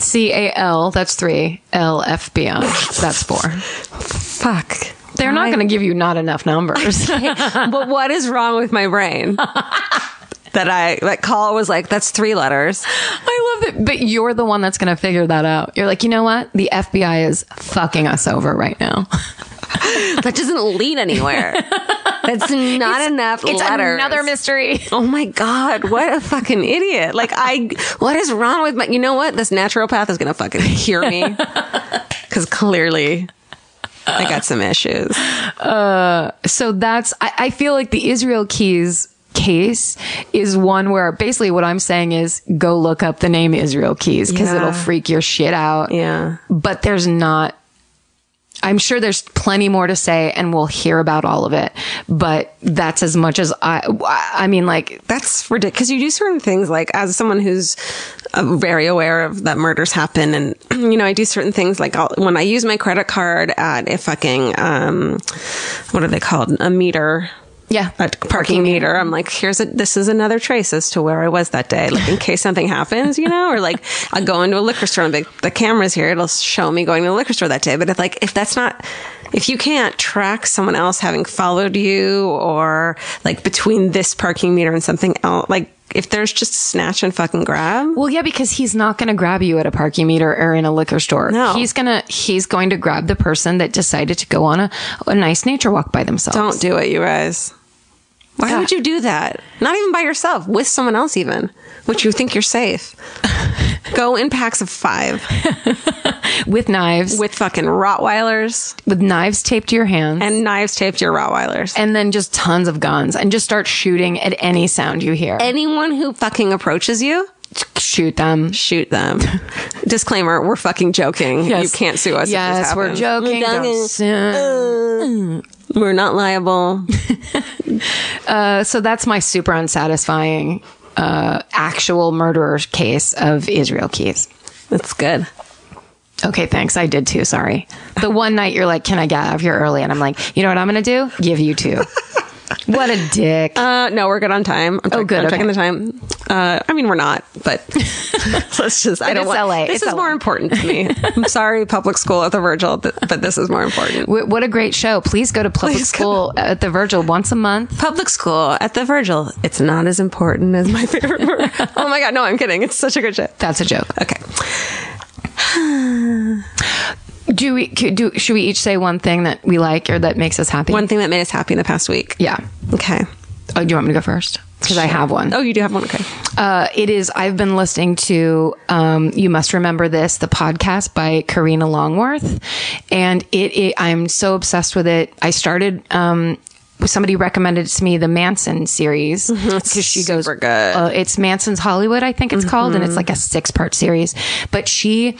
[SPEAKER 4] C A L, that's three. L F B I, that's four.
[SPEAKER 3] Fuck.
[SPEAKER 4] [LAUGHS] They're not going to give you not enough numbers.
[SPEAKER 3] but what is wrong with my brain? that I that call was like that's three letters.
[SPEAKER 4] [LAUGHS] I love that. But you're the one that's going to figure that out. You're like, you know what? The FBI is fucking us over right now.
[SPEAKER 3] That doesn't lead anywhere. That's not enough letters.
[SPEAKER 4] mystery.
[SPEAKER 3] Oh my God, what a fucking idiot. Like, I, what is wrong with my, you know what? This naturopath is gonna fucking cure me. Cause clearly I got some issues.
[SPEAKER 4] So that's, I, I feel like the Israel Keys case is one where basically what I'm saying is go look up the name Israel Keys because
[SPEAKER 3] Yeah.
[SPEAKER 4] it'll freak your shit out.
[SPEAKER 3] Yeah.
[SPEAKER 4] but there's not I'm sure there's plenty more to say and we'll hear about all of it but that's as much as I I mean like
[SPEAKER 3] That's ridiculous. Cause you do certain things, like, as someone who's uh, very aware of that murders happen, and, [CLEARS THROAT] you know, I do certain things, like, I'll, when I use my credit card at a fucking, um, what are they called? A meter.
[SPEAKER 4] yeah
[SPEAKER 3] a parking meter. I'm like, here's a, this is another trace as to where I was that day, like in case something happens, you know, or like I go into a liquor store and be like, the camera's here, it'll show me going to the liquor store that day. But if like, if that's not, if you can't track someone else having followed you or like between this parking meter and something else, like if there's just snatch and fucking grab,
[SPEAKER 4] well yeah because he's not going to grab you at a parking meter or in a liquor store
[SPEAKER 3] No.
[SPEAKER 4] he's going to he's going to grab the person that decided to go on a, a nice nature walk by themselves
[SPEAKER 3] don't do it, you guys. Why would you do that? Not even by yourself, with someone else, even, which you think you're [LAUGHS] safe. Go in packs of five.
[SPEAKER 4] with knives with,
[SPEAKER 3] with fucking Rottweilers
[SPEAKER 4] knives taped to your hands and,
[SPEAKER 3] and knives taped to your Rottweilers.
[SPEAKER 4] then just tons of guns and just start shooting at any sound you hear
[SPEAKER 3] Anyone who fucking approaches you,
[SPEAKER 4] shoot them
[SPEAKER 3] shoot [LAUGHS] them. Disclaimer: We're fucking joking.
[SPEAKER 4] Yes.
[SPEAKER 3] You can't sue us. if
[SPEAKER 4] yes
[SPEAKER 3] this
[SPEAKER 4] we're
[SPEAKER 3] happens.
[SPEAKER 4] joking
[SPEAKER 3] We're,
[SPEAKER 4] Don't
[SPEAKER 3] joking.
[SPEAKER 4] sue.
[SPEAKER 3] We're not liable. Uh.
[SPEAKER 4] so that's my super unsatisfying uh, actual murderer case of Israel Keys.
[SPEAKER 3] That's [LAUGHS] good.
[SPEAKER 4] Okay, thanks. I did too. Sorry. The one night you're like, "Can I get out of here early?" and I'm like, "You know what I'm going to do? Give you
[SPEAKER 3] [LAUGHS]
[SPEAKER 4] two. what a dick.
[SPEAKER 3] Uh, no, we're good on time. I'm
[SPEAKER 4] good,
[SPEAKER 3] I'm checking
[SPEAKER 4] okay.
[SPEAKER 3] the time. Uh, I mean, we're not, [LAUGHS] but let's just. I don't
[SPEAKER 4] it's
[SPEAKER 3] want.
[SPEAKER 4] LA.
[SPEAKER 3] This
[SPEAKER 4] It's
[SPEAKER 3] is
[SPEAKER 4] LA.
[SPEAKER 3] more important to [LAUGHS] me. I'm sorry, public school at the Virgil, th- but this is more important.
[SPEAKER 4] Wh- what a great show. Please go to public
[SPEAKER 3] Please
[SPEAKER 4] school at the Virgil once a month.
[SPEAKER 3] public school at the Virgil. It's not as important as my favorite. [LAUGHS] word. oh my god, no, I'm kidding. It's such a good show.
[SPEAKER 4] That's a joke.
[SPEAKER 3] Okay.
[SPEAKER 4] Do we c- do should we each say one thing that we like or that makes us happy?
[SPEAKER 3] One thing that made us happy in the past week.
[SPEAKER 4] yeah.
[SPEAKER 3] Okay.
[SPEAKER 4] Oh, do you want me to go first? Because I have one.
[SPEAKER 3] Oh, you do have one. Okay.
[SPEAKER 4] Uh, it is. I've been listening to um, "You Must Remember This," the podcast by Karina Longworth, and it. it I'm so obsessed with it. I started. Um, somebody recommended to me the Manson
[SPEAKER 3] [LAUGHS]
[SPEAKER 4] series because she goes.
[SPEAKER 3] super good. Mm-hmm.
[SPEAKER 4] Uh, it's Manson's Hollywood, I think it's called, and it's like a six part series. But she.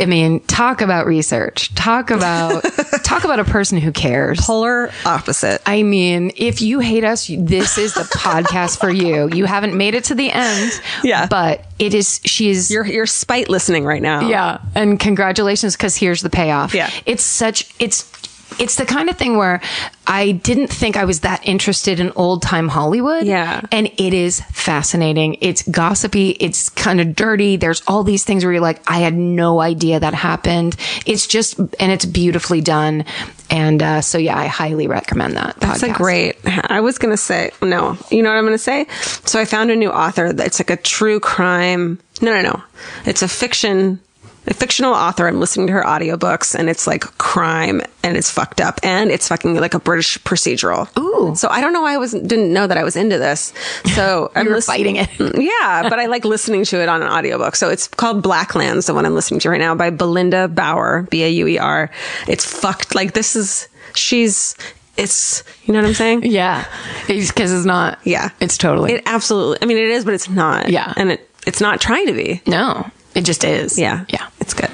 [SPEAKER 4] I mean, talk about research.
[SPEAKER 3] [LAUGHS]
[SPEAKER 4] Talk about talk about a person who cares.
[SPEAKER 3] Polar opposite.
[SPEAKER 4] I mean, if you hate us, you- this is the podcast for you. You haven't made it to the end.
[SPEAKER 3] Yeah.
[SPEAKER 4] But it is, she's.
[SPEAKER 3] You're you're spite listening right now.
[SPEAKER 4] yeah. And congratulations, because here's the payoff.
[SPEAKER 3] Yeah.
[SPEAKER 4] It's such, it's, it's the kind of thing where I didn't think I was that interested in old time Hollywood.
[SPEAKER 3] Yeah.
[SPEAKER 4] And it is fascinating. It's gossipy. It's kind of dirty. There's all these things where you're like, I had no idea that happened. It's just, and it's beautifully done. And uh, so, yeah, I highly recommend that.
[SPEAKER 3] That's a
[SPEAKER 4] podcast.
[SPEAKER 3] great. I was gonna say no. You know what I'm gonna say? So I found a new author that's like a true crime. No, no, no. It's a fiction a fictional author. I'm listening to her audiobooks and it's like crime and it's fucked up and it's fucking like a British procedural. Ooh. So I don't know why I was didn't know that I was into this. So I'm
[SPEAKER 4] You're
[SPEAKER 3] listen-
[SPEAKER 4] fighting it.
[SPEAKER 3] [LAUGHS] Yeah, but I like listening to it on an audiobook. So it's called Blacklands, the one I'm listening to right now by Belinda Bauer, B A U E R. It's fucked like this is she's it's you know what I'm saying?
[SPEAKER 4] Yeah. Because it's not.
[SPEAKER 3] Yeah.
[SPEAKER 4] It's totally.
[SPEAKER 3] It absolutely. I mean, it is, but it's not.
[SPEAKER 4] Yeah.
[SPEAKER 3] And it it's not trying to be.
[SPEAKER 4] no. It just is.
[SPEAKER 3] Yeah.
[SPEAKER 4] Yeah.
[SPEAKER 3] It's good.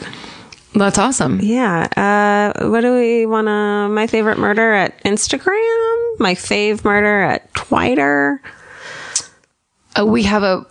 [SPEAKER 4] That's awesome.
[SPEAKER 3] Yeah. Uh, what do we want to? My favorite murder at Instagram. My fave murder at Twitter.
[SPEAKER 4] Uh, we have a.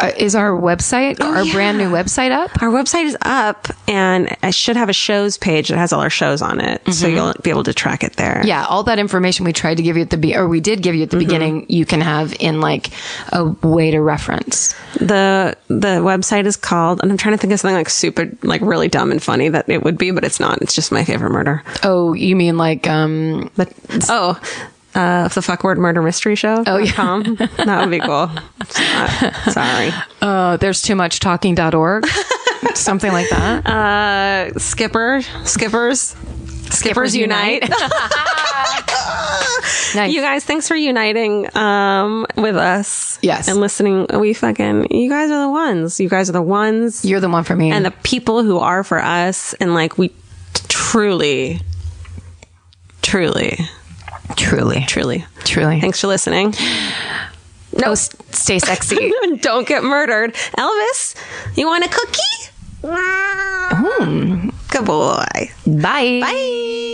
[SPEAKER 4] Uh, is our website,
[SPEAKER 3] Oh,
[SPEAKER 4] our brand new website up?
[SPEAKER 3] Our website is up, and I should have a shows page that has all our shows on it, so you'll be able to track it there.
[SPEAKER 4] Yeah, all that information we tried to give you at the be or we did give you
[SPEAKER 3] Mm-hmm.
[SPEAKER 4] at the beginning, you can have in like a way to reference.
[SPEAKER 3] the The website is called, and I'm trying to think of something like super, like really dumb and funny that it would be, but it's not. It's just my favorite murder.
[SPEAKER 4] Oh, you mean like um
[SPEAKER 3] But oh. Uh, the fuck word murder mystery show. Oh yeah, that would be cool. It's not. [LAUGHS] sorry.
[SPEAKER 4] uh there's too
[SPEAKER 3] [LAUGHS]
[SPEAKER 4] much talking.org something like that.
[SPEAKER 3] Uh, Skipper, Skippers, Skippers, Unite.
[SPEAKER 4] Nice.
[SPEAKER 3] [LAUGHS] You guys, thanks for uniting um, with us.
[SPEAKER 4] Yes.
[SPEAKER 3] And listening. We fucking, you guys are the ones. You guys are the ones.
[SPEAKER 4] You're the one for me.
[SPEAKER 3] and the people who are for us. And like, we t- truly, truly,
[SPEAKER 4] truly.
[SPEAKER 3] truly.
[SPEAKER 4] Truly.
[SPEAKER 3] Thanks for listening. [LAUGHS]
[SPEAKER 4] No, s- stay sexy.
[SPEAKER 3] And Don't get murdered. Elvis, you want a cookie? Good boy. [LAUGHS]
[SPEAKER 4] Bye.
[SPEAKER 3] Bye.